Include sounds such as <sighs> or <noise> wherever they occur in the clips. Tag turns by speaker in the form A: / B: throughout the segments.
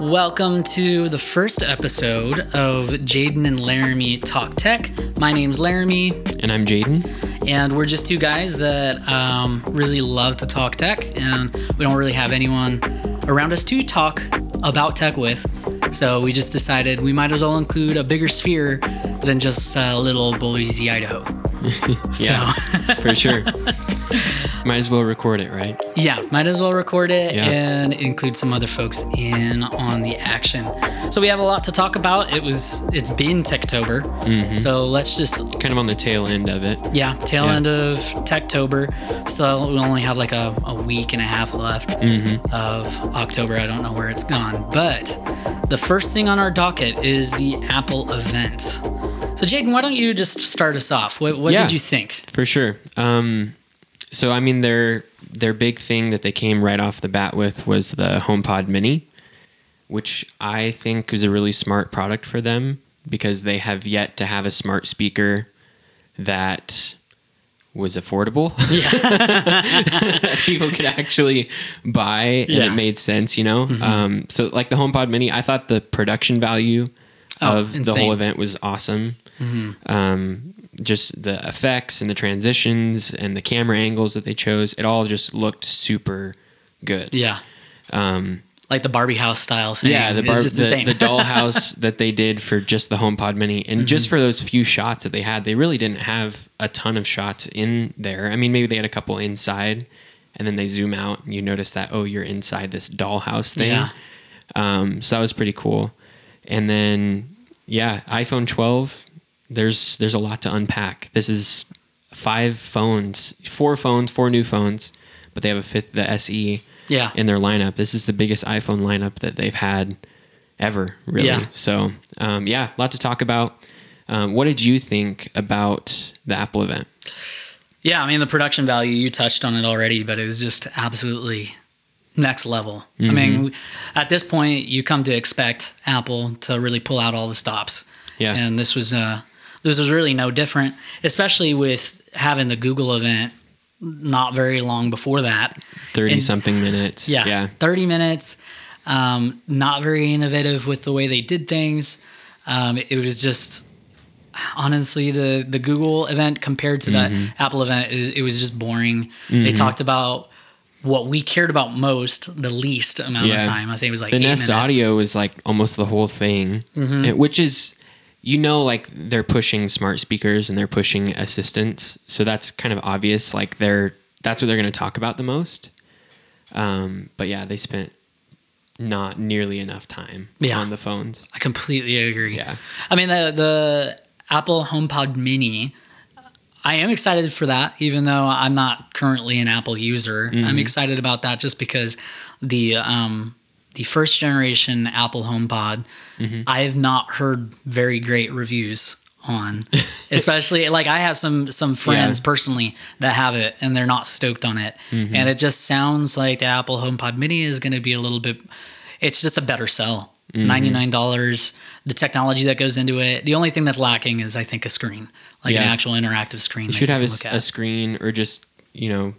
A: Welcome to the first episode of Jaden and Laramie Talk Tech. My name's Laramie,
B: And I'm Jaden.
A: and we're just two guys that um, really love to talk tech, and we don't really have anyone around us to talk about tech with. So we just decided we might as well include a bigger sphere than just uh, little Boise, Idaho.
B: Yeah,
A: So. <laughs>
B: for sure. <laughs> Might as well record it, right?
A: Yeah, might as well record it
B: Yeah.
A: and include some other folks in on the action. So we have a lot to talk about. It was it's been Techtober,
B: Mm-hmm.
A: so let's just
B: Kind of on the tail end of it.
A: yeah tail
B: Yeah.
A: end of Techtober. So we only have like a, a week and a half left
B: Mm-hmm.
A: of October. I don't know where it's gone, but the first thing on our docket is the Apple event. So Jaden, why don't you just start us off? What, what
B: Yeah.
A: did you think?
B: For sure. Um, so I mean, their their big thing that they came right off the bat with was the HomePod Mini, which I think is a really smart product for them because they have yet to have a smart speaker that was affordable. <laughs> that people could actually buy, and
A: Yeah. Mm-hmm.
B: it made sense, you know. Um, so like the HomePod Mini, I thought the production value
A: Oh,
B: of the
A: insane.
B: whole event was awesome um, just the effects and the transitions and the camera angles that they chose it all just looked super good
A: Yeah,
B: um,
A: like the Barbie house style thing.
B: yeah the,
A: is
B: bar-
A: just
B: the,
A: insane. <laughs>
B: the dollhouse that they did for just the homepod mini
A: Mm-hmm.
B: and just for those few shots that they had they really didn't have a ton of shots in there i mean maybe they had a couple inside and then they zoom out and you notice that oh you're inside this dollhouse thing
A: Yeah.
B: um, so that was pretty cool and then yeah iphone 12 there's there's a lot to unpack this is five phones four phones four new phones but they have a fifth the E. se
A: yeah.
B: in their lineup this is the biggest iphone lineup that they've had ever really
A: Yeah.
B: so um, yeah a lot to talk about um, what did you think about the apple event
A: Yeah, I mean the production value you touched on it already, but it was just absolutely next level. I mean, at this point you come to expect Apple to really pull out all the stops.
B: Yeah.
A: And this was uh this was really no different, especially with having the Google event not very long before that.
B: 30
A: And-
B: something minutes
A: Yeah.
B: yeah
A: 30 minutes. Um, not very innovative with the way they did things. Um, it was just honestly the the Google event compared to that
B: Mm-hmm.
A: Apple event is it was just boring. They talked about what we cared about most the least amount
B: Yeah.
A: of time. I think it was like
B: the
A: eight
B: Nest
A: minutes. Mm-hmm.
B: Audio is like almost the whole thing, And- which is, you know, like they're pushing smart speakers and they're pushing assistants, so that's kind of obvious. Like they're that's what they're going to talk about the most. Um, but yeah, they spent not nearly enough time
A: Yeah.
B: on the phones.
A: I completely agree.
B: Yeah.
A: I mean the the Apple HomePod Mini. I am excited for that, even though I'm not currently an Apple user. I'm excited about that just because the um, the first generation Apple HomePod, I have not heard very great reviews on. Especially like I have some some friends personally that have it and they're not stoked on it, and it just sounds like the Apple HomePod Mini is going to be a little bit. It's just a better sell. nine dollars. The technology that goes into it. The only thing that's lacking is I think a screen, like an
B: Yeah.
A: actual interactive screen.
B: You
A: that
B: should have a,
A: can
B: s-
A: look
B: a
A: at.
B: screen or just you know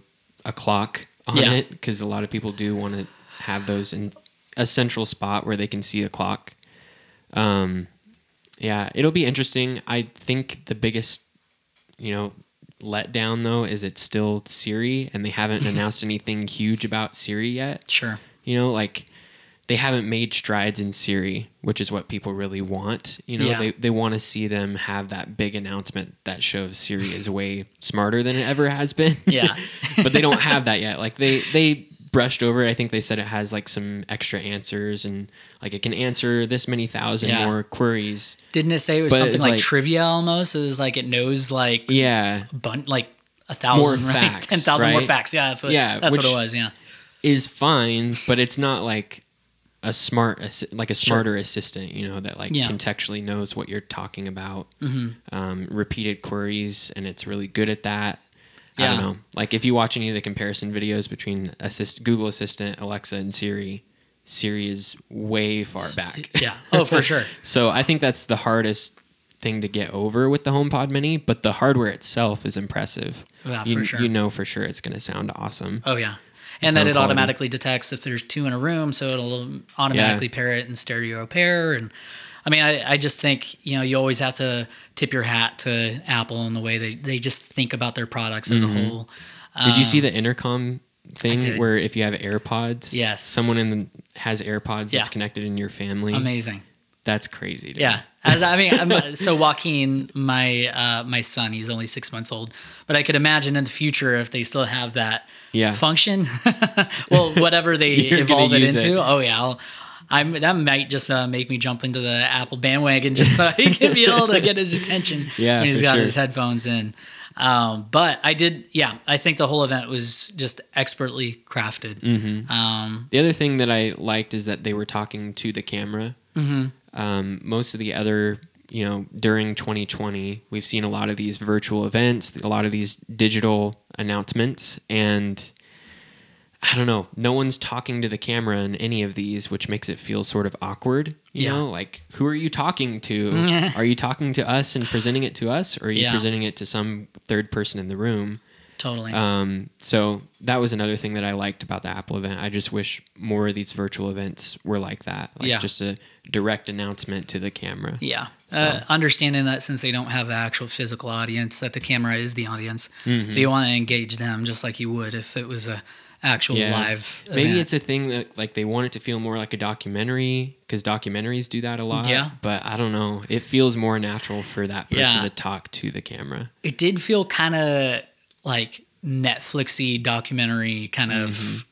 B: a clock on
A: Yeah.
B: it because a lot of people do want to have those in a central spot where they can see the clock. Um, yeah, it'll be interesting. I think the biggest you know letdown though is it's still Siri and they
A: <laughs>
B: haven't announced anything huge about Siri yet.
A: Sure.
B: You know, like they haven't made strides in Siri, which is what people really want. You know,
A: Yeah.
B: they, they want to see them have that big announcement that shows Siri is way smarter than it ever has been.
A: Yeah.
B: <laughs> but they don't have that yet. Like they they brushed over it. I think they said it has like some extra answers and like it can answer this many thousand
A: Yeah.
B: more queries.
A: Didn't it say it was
B: But
A: something
B: it's
A: like,
B: like-
A: trivia almost? It was like it knows like
B: Yeah.
A: bun- like a thousand
B: More
A: right? <laughs>
B: facts,
A: ten thousand more
B: right?
A: facts. Yeah, that's what,
B: Yeah,
A: that's what
B: which-
A: it was. Yeah,
B: Is fine, but it's not like a smart assi- like a smarter assistant, you know, that like
A: Yeah. Mm-hmm.
B: contextually knows what you're talking about. Um, repeated queries and it's really good at that. I
A: Yeah.
B: don't know. Like if you watch any of the comparison videos between assist Google Assistant, Alexa and Siri, Siri is way far back.
A: yeah. Oh, for sure.
B: <laughs> So I think that's the hardest thing to get over with the HomePod Mini, but the hardware itself is impressive.
A: Yeah,
B: you,
A: for sure.
B: you know for sure it's going to sound awesome.
A: Oh yeah. and then
B: sound
A: it
B: quality.
A: automatically detects if there's two in a room, so it'll automatically pair it in stereo pair. And I mean, I, I just think you know you always have to tip your hat to Apple in the way they they just think about their products as
B: Mm-hmm.
A: a whole.
B: Did you see the intercom
A: Um,
B: thing
A: did.
B: where if you have AirPods,
A: Yes.
B: someone in the, has AirPods
A: Yeah.
B: that's connected in your family?
A: Amazing.
B: That's crazy. Dude.
A: Yeah. As I mean, I'm, so Joaquin, my uh, my son, he's only six months old, but I could imagine in the future if they still have that
B: Yeah.
A: function, <laughs> well, whatever they
B: <laughs> You're gonna
A: evolve it
B: use
A: into.
B: it.
A: Oh yeah, I'll, I'm that might just uh, make me jump into the Apple bandwagon just so he can be able to get his attention
B: <laughs> Yeah,
A: when he's
B: for
A: got
B: sure.
A: his headphones in. Um, but I did, yeah, I think the whole event was just expertly crafted.
B: Mm-hmm.
A: Um,
B: The other thing that I liked is that they were talking to the camera. Mm-hmm. Um, most of the other, you know, during 2020, we've seen a lot of these virtual events, a lot of these digital announcements, and I don't know, no one's talking to the camera in any of these, which makes it feel sort of awkward. You
A: Yeah.
B: know, like who are you
A: <laughs>
B: talking to? are you talking to us and presenting it to us, or are you
A: Yeah.
B: presenting it to some third person in the room?
A: totally.
B: Um, so that was another thing that I liked about the Apple event. I just wish more of these virtual events were like that, like
A: Yeah.
B: just a direct announcement to the camera.
A: Yeah. Uh, understanding that since they don't have an actual physical audience, that the camera is the audience.
B: Mm-hmm.
A: So you want to engage them just like you would if it was a actual
B: Yeah.
A: live.
B: Maybe
A: event.
B: it's a thing that like they want it to feel more like a documentary because documentaries do that a lot.
A: Yeah.
B: But I don't know. It feels more natural for that person
A: Yeah.
B: to talk to the camera.
A: it did feel kind of like Netflixy documentary kind of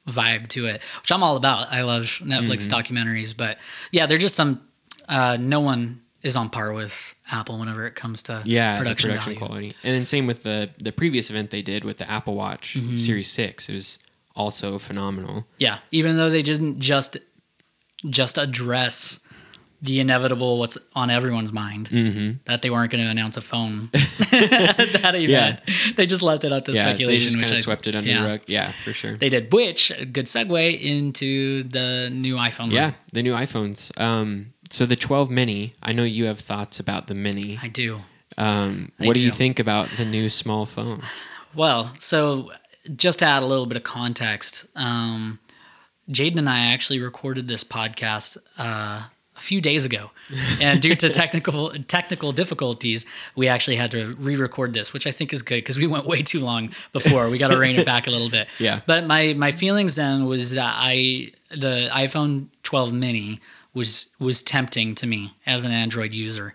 B: Mm-hmm.
A: vibe to it, which I'm all about. I love Netflix documentaries, but yeah, they're just some. Uh, no one is on par with Apple whenever it comes to
B: Yeah, the
A: production,
B: production,
A: value.
B: quality. And then same with the the previous event they did with the Apple Watch
A: Mm-hmm.
B: Series Six. It was also phenomenal.
A: Yeah, even though they didn't just just address the inevitable what's on everyone's mind
B: Mm-hmm.
A: that they weren't going to announce a
B: <laughs>
A: phone at that event. They just left it up to
B: Yeah, they
A: speculation.
B: just
A: which
B: kind of
A: I-
B: swept it under
A: yeah.
B: the rug. Yeah, for sure.
A: They did, which a good segue into the new iPhone.
B: Yeah,
A: line.
B: the new iPhones. Um, so the 12 mini, I know you have thoughts about the mini.
A: I do.
B: Um,
A: I
B: what do. you
A: do.
B: think about the new
A: <laughs>
B: small phone?
A: Well, so just to add a little bit of context, um, Jaden and I actually recorded this podcast uh, a few days ago, and due to technical technical difficulties, we actually had to re-record this, which I think is good because we went way too long before. We got to rein it back a little bit.
B: Yeah.
A: But my my feelings then was that I the iPhone 12 mini was was tempting to me as an Android user.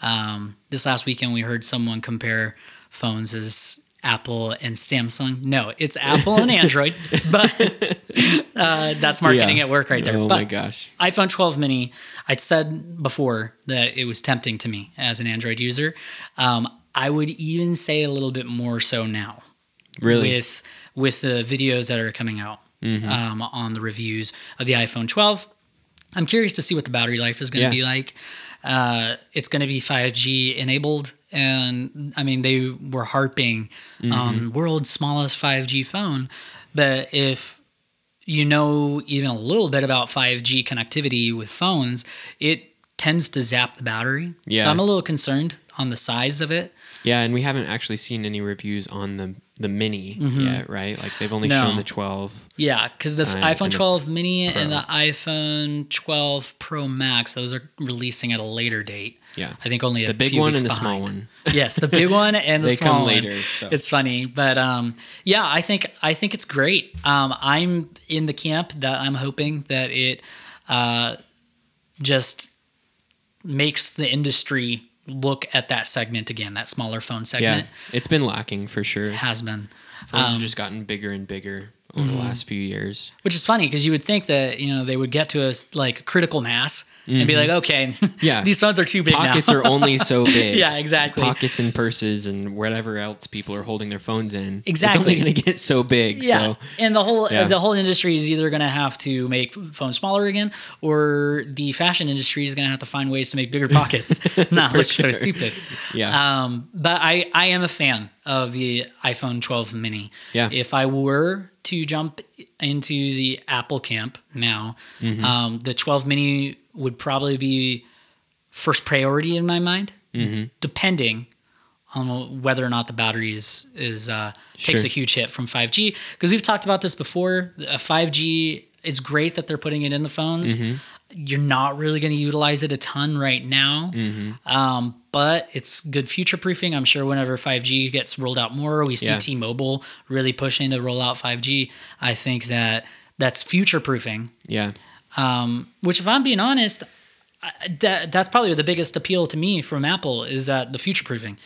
A: Um, this last weekend we heard someone compare phones as Apple and Samsung. No, it's Apple and Android, but uh, that's marketing
B: Yeah.
A: at work right there.
B: Oh
A: but
B: my gosh.
A: iPhone 12 mini, I said before that it was tempting to me as an Android user. Um, I would even say a little bit more so now
B: Really? Mm-hmm.
A: with with the videos that are coming out um, on the reviews of the iPhone 12. I'm curious to see what the battery life is going to be
B: Yeah.
A: like. Uh, it's going to be 5G enabled, and I mean they were harping
B: Mm-hmm.
A: on world's smallest 5G phone, but if you know even a little bit about 5G connectivity with phones, it tends to zap the battery.
B: Yeah.
A: So I'm a little concerned on the size of it.
B: yeah, and we haven't actually seen any reviews on the the mini yet, right? Like they've only
A: Mm-hmm. No.
B: shown the 12.
A: Yeah, because the f-
B: Right,
A: iPhone
B: and the
A: 12 mini and the iPhone 12 Pro Max, those are releasing at a later date.
B: Yeah.
A: I think only a
B: The big
A: few
B: one
A: weeks
B: and the small
A: behind.
B: one.
A: <laughs> Yes, the big one and the
B: They come
A: small one.
B: later, so.
A: It's funny, but um, yeah, I think I think it's great. Um, I'm in the camp that I'm hoping that it uh, just makes the industry look at that segment again, that smaller phone
B: Yeah.
A: segment
B: It's been lacking for sure.
A: has been.
B: Phones
A: um,
B: have just gotten bigger and bigger over
A: mm-hmm.
B: the last
A: <laughs>
B: few years.
A: which is funny because you would think that you know they would get to a s- like critical mass and be like, okay,
B: Mm-hmm.
A: <laughs>
B: Yeah.
A: these phones are too big
B: Pockets
A: now. <laughs>
B: are only so big.
A: Yeah, exactly.
B: Pockets and purses and whatever else people are holding their phones in.
A: Exactly.
B: It's only going to get so big.
A: yeah,
B: So
A: and the whole
B: Yeah.
A: the whole industry is either going to have to make phones smaller again, or the fashion industry is going to have to find ways to make bigger
B: <laughs>
A: pockets, not
B: For
A: look so
B: sure.
A: stupid.
B: yeah.
A: Um, but I, I am a fan of the iPhone 12 mini.
B: Yeah.
A: If I were to jump into the Apple camp now, um, the 12 mini would probably be first priority in my mind, depending on whether or not the batteries is uh, takes
B: Sure.
A: a huge hit from 5G because we've talked about this before. A 5G, it's great that they're putting it in the phones.
B: Mm-hmm.
A: You're not really going to utilize it a ton right now,
B: Mm-hmm.
A: um, but it's good future proofing. I'm sure whenever 5G gets rolled out more, we see
B: Yeah.
A: T-Mobile really pushing to roll out 5G. I think that that's future proofing
B: Yeah.
A: um, which if i'm being honest I- that, that's probably the biggest appeal to me from apple is that the future proofing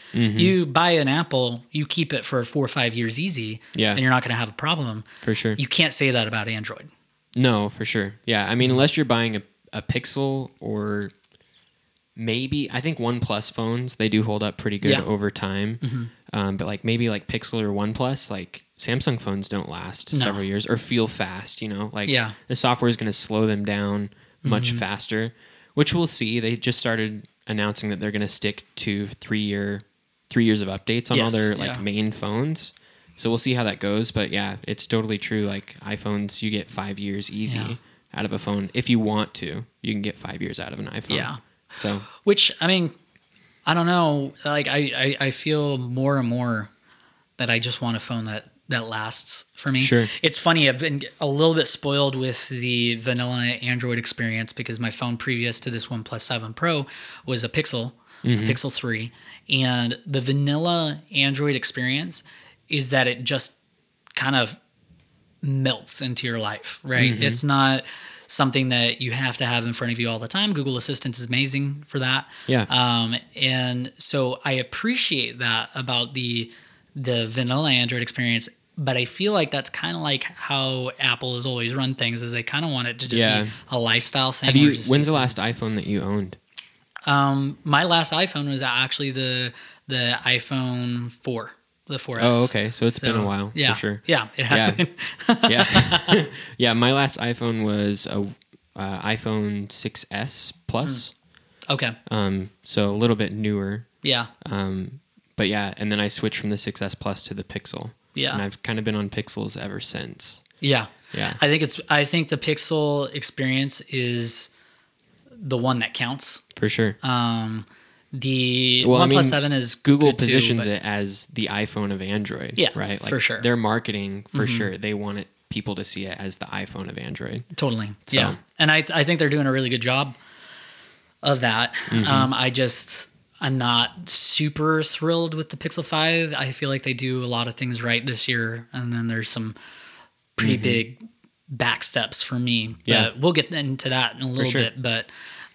A: you buy an apple you keep it for four or five years easy
B: Yeah.
A: and you're not going to have a problem
B: For sure.
A: you can't say that about android
B: No, for sure. Yeah, I mean,
A: Mm-hmm.
B: unless you're buying a, a Pixel or maybe I think OnePlus phones, they do hold up pretty good
A: Yeah. Mm-hmm.
B: over time. Um, but like maybe like Pixel or OnePlus, like Samsung phones don't last
A: No.
B: several years or feel fast. You know, like
A: Yeah. Mm-hmm.
B: the software is going to slow them down much faster, which we'll see. They just started announcing that they're going to stick to three year three years of updates on all
A: Yes,
B: their like
A: yeah.
B: main phones. So we'll see how that goes. But yeah, it's totally true. Like iPhones, you get five years easy
A: Yeah.
B: out of a phone. If you want to, you can get five years out of an iPhone.
A: Yeah.
B: So
A: which i mean i don't know like i i, I feel more and more that i just want a phone that that lasts for me
B: Sure.
A: it's funny i've been a little bit spoiled with the vanilla android experience because my phone previous to this one plus 7 pro was a pixel a pixel 3 and the vanilla android experience is that it just kind of melts into your life, right?
B: Mm-hmm.
A: It's not something that you have to have in front of you all the time. Google Assistant is amazing for that.
B: Yeah.
A: Um, and so I appreciate that about the the vanilla Android experience, but I feel like that's kind of like how Apple has always run things is they kind of want it to just
B: Yeah.
A: be a lifestyle thing.
B: have
A: or
B: you?
A: just-
B: When's the last iPhone that you owned?
A: um my last iPhone was actually the the iPhone 4, the 4S.
B: Oh, okay. So it's
A: it's
B: been a while
A: Yeah.
B: for
A: <laughs>
B: sure.
A: Yeah, it has
B: Yeah.
A: been.
B: Yeah. <laughs> yeah. My last iPhone was a uh, iPhone 6s Plus.
A: okay.
B: Um, so a little bit newer.
A: Yeah.
B: Um, but yeah, and then I switched from the 6s Plus to the Pixel.
A: Yeah.
B: And I've kind of been on Pixels ever since.
A: Yeah.
B: Yeah.
A: I think it's I think the Pixel experience is the one that counts.
B: For sure.
A: Um the
B: Well, I
A: OnePlus
B: mean,
A: 7 is
B: Google
A: good too,
B: positions
A: but-
B: it as the iPhone of Android.
A: Yeah,
B: Right?
A: for sure. Mm-hmm.
B: Their marketing, for sure, they want it people to see it as the iPhone of Android.
A: Totally. Yeah. And I I think they're doing a really good job of that.
B: Mm-hmm.
A: Um I just I'm not super thrilled with the Pixel 5. I feel like they do a lot of things right this year and then there's some pretty big back steps for me.
B: Mm-hmm. Yeah.
A: But we'll get into that in a little
B: sure.
A: bit, but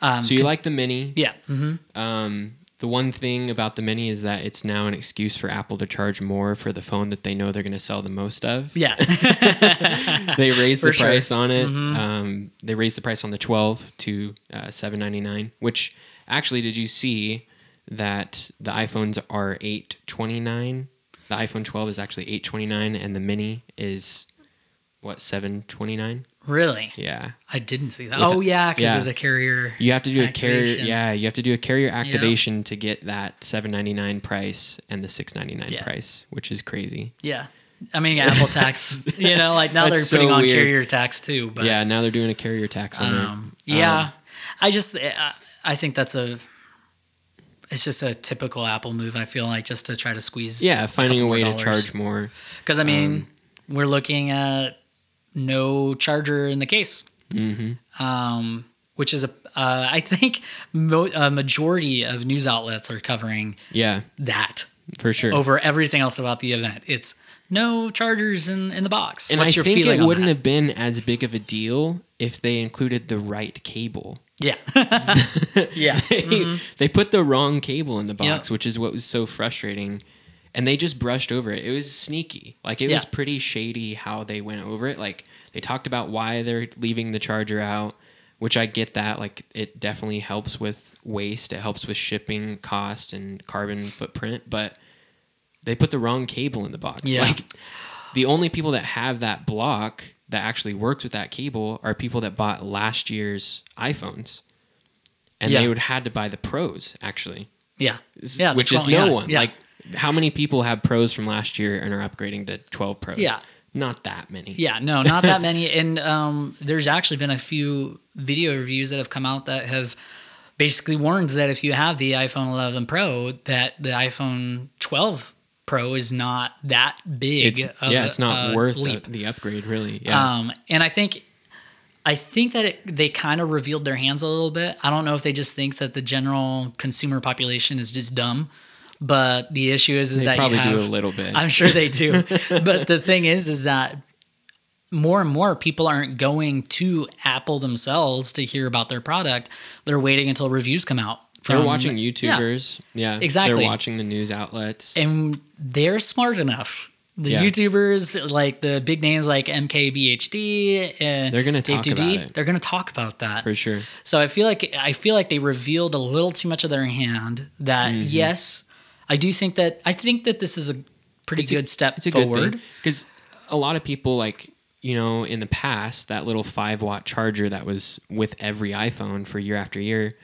A: Um,
B: so you like the Mini.
A: yeah. hmm
B: Um, the one thing about the Mini is that it's now an excuse for Apple to charge more for the phone that they know they're going to sell the most of.
A: Yeah.
B: <laughs>
A: <laughs>
B: They raised the
A: For sure. Mm-hmm.
B: price on it. Um, they raised the price on the 12 to uh, 799 which actually, did you see that the iPhones are 829 The iPhone 12 is actually 829 and the Mini is, what, 729
A: really?
B: Yeah.
A: I didn't see that.
B: With-
A: oh yeah, because
B: yeah.
A: of the carrier.
B: You have to do a
A: Activation.
B: carrier, yeah. You have to do a carrier activation to get that seven ninety nine price and the six ninety nine
A: Yeah.
B: price, which is crazy.
A: Yeah. I mean, Apple tax. You know, like now they're
B: <laughs> That's so
A: putting on
B: weird.
A: carrier tax too. But
B: yeah, now they're doing a carrier tax on
A: um,
B: it.
A: yeah,
B: Um,
A: I just I, I think that's a. It's just a typical Apple move. I feel like just to try to squeeze.
B: yeah, finding a,
A: couple
B: way
A: more
B: to
A: dollars.
B: charge um, more.
A: Because I mean, we're looking at no charger in the case,
B: Mm-hmm.
A: um, which is a. Uh, I think mo- a majority of news outlets are covering
B: Yeah,
A: that
B: for sure.
A: over everything else about the event. It's no chargers in, in the box.
B: and
A: What's
B: I
A: your
B: think
A: feeling
B: it
A: on
B: wouldn't
A: that?
B: have been as big of a deal if they included the right cable.
A: Yeah.
B: <laughs>
A: yeah.
B: they put the wrong cable in the
A: Mm-hmm. Yep.
B: box, which is what was so frustrating. And they just brushed over it. It was sneaky. Like it was
A: Yeah.
B: pretty shady how they went over it. Like they talked about why they're leaving the charger out, which I get that. Like it definitely helps with waste. It helps with shipping cost and carbon footprint, but they put the wrong cable in the box.
A: Yeah.
B: Like the only people that have that block that actually works with that cable are people that bought last year's iPhones. And
A: Yeah.
B: they would had to buy the pros actually.
A: Yeah.
B: S-
A: Yeah. the
B: which is
A: twelve-
B: no
A: yeah,
B: one.
A: Yeah.
B: Like how many people have pros from last year and are upgrading to 12 pros?
A: Yeah.
B: Not that many.
A: yeah, no, not that many. And um, there's actually been a few video reviews that have come out that have basically warned that if you have the iPhone 11 Pro, that the iPhone 12 Pro is not that big.
B: It's,
A: of
B: yeah,
A: a-
B: it's not
A: a
B: worth
A: leap.
B: the, the upgrade, really. Yeah.
A: Um, and I think, I think that it, they kind of revealed their hands a little bit. I don't know if they just think that the general consumer population is just dumb, but the issue is is
B: they
A: that
B: probably
A: you have,
B: do a little bit.
A: I'm sure they do. <laughs> but the thing is, is that more and more people aren't going to Apple themselves to hear about their product. They're waiting until reviews come out.
B: They're
A: from-
B: watching
A: Yeah.
B: YouTubers. Yeah.
A: Exactly.
B: They're watching the news outlets.
A: and they're smart enough. The
B: Yeah.
A: YouTubers, like the big names like MKBHD, and
B: They're gonna
A: Dave
B: talk
A: Dubé,
B: about it.
A: They're going to talk about that.
B: for sure.
A: So I feel like I feel like they revealed a little too much of their hand. That
B: Mm-hmm.
A: yes, I do think that I think that this is a pretty good step
B: It's a
A: forward.
B: good thing because a lot of people like you know in the past that little five watt charger that was with every iPhone for year after year.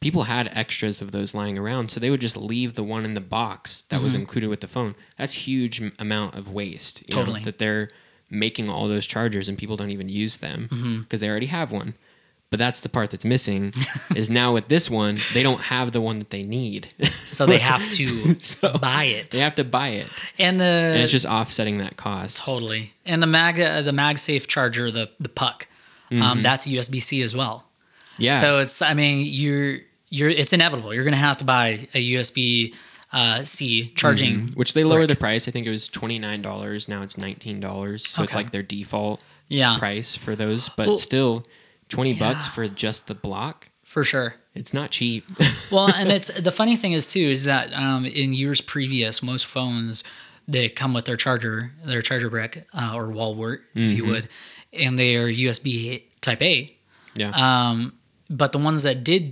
B: People had extras of those lying around, so they would just leave the one in the box that was included with the phone. That's huge m- amount of waste. You know,
A: Totally.
B: that they're making all those chargers and people don't even use them because they already have one. But that's the part that's missing. is now with this one, they don't have the one that they need. <laughs>
A: So they have to
B: So-
A: buy it.
B: they have to buy it,
A: And the
B: and it's just offsetting that cost.
A: Totally. And the mag uh, the MagSafe charger, the the puck, um,
B: Mm-hmm.
A: that's USB C as well.
B: Yeah.
A: So it's I mean you're you're it's inevitable. You're gonna have to buy a USB uh, C charging.
B: Mm-hmm. which they lowered the price. I think it was twenty nine dollars. Now it's nineteen dollars. So it's
A: Okay.
B: like their default
A: Yeah,
B: price for those, but
A: Well,
B: still twenty bucks
A: yeah.
B: for just the block.
A: for sure.
B: It's not
A: <laughs>
B: cheap.
A: Well, and it's the funny thing is too is that um, in years previous, most phones they come with their charger, their charger brick uh, or wall wart, if
B: Mm-hmm.
A: you would, and they are USB Type A.
B: yeah.
A: Um, but the ones that did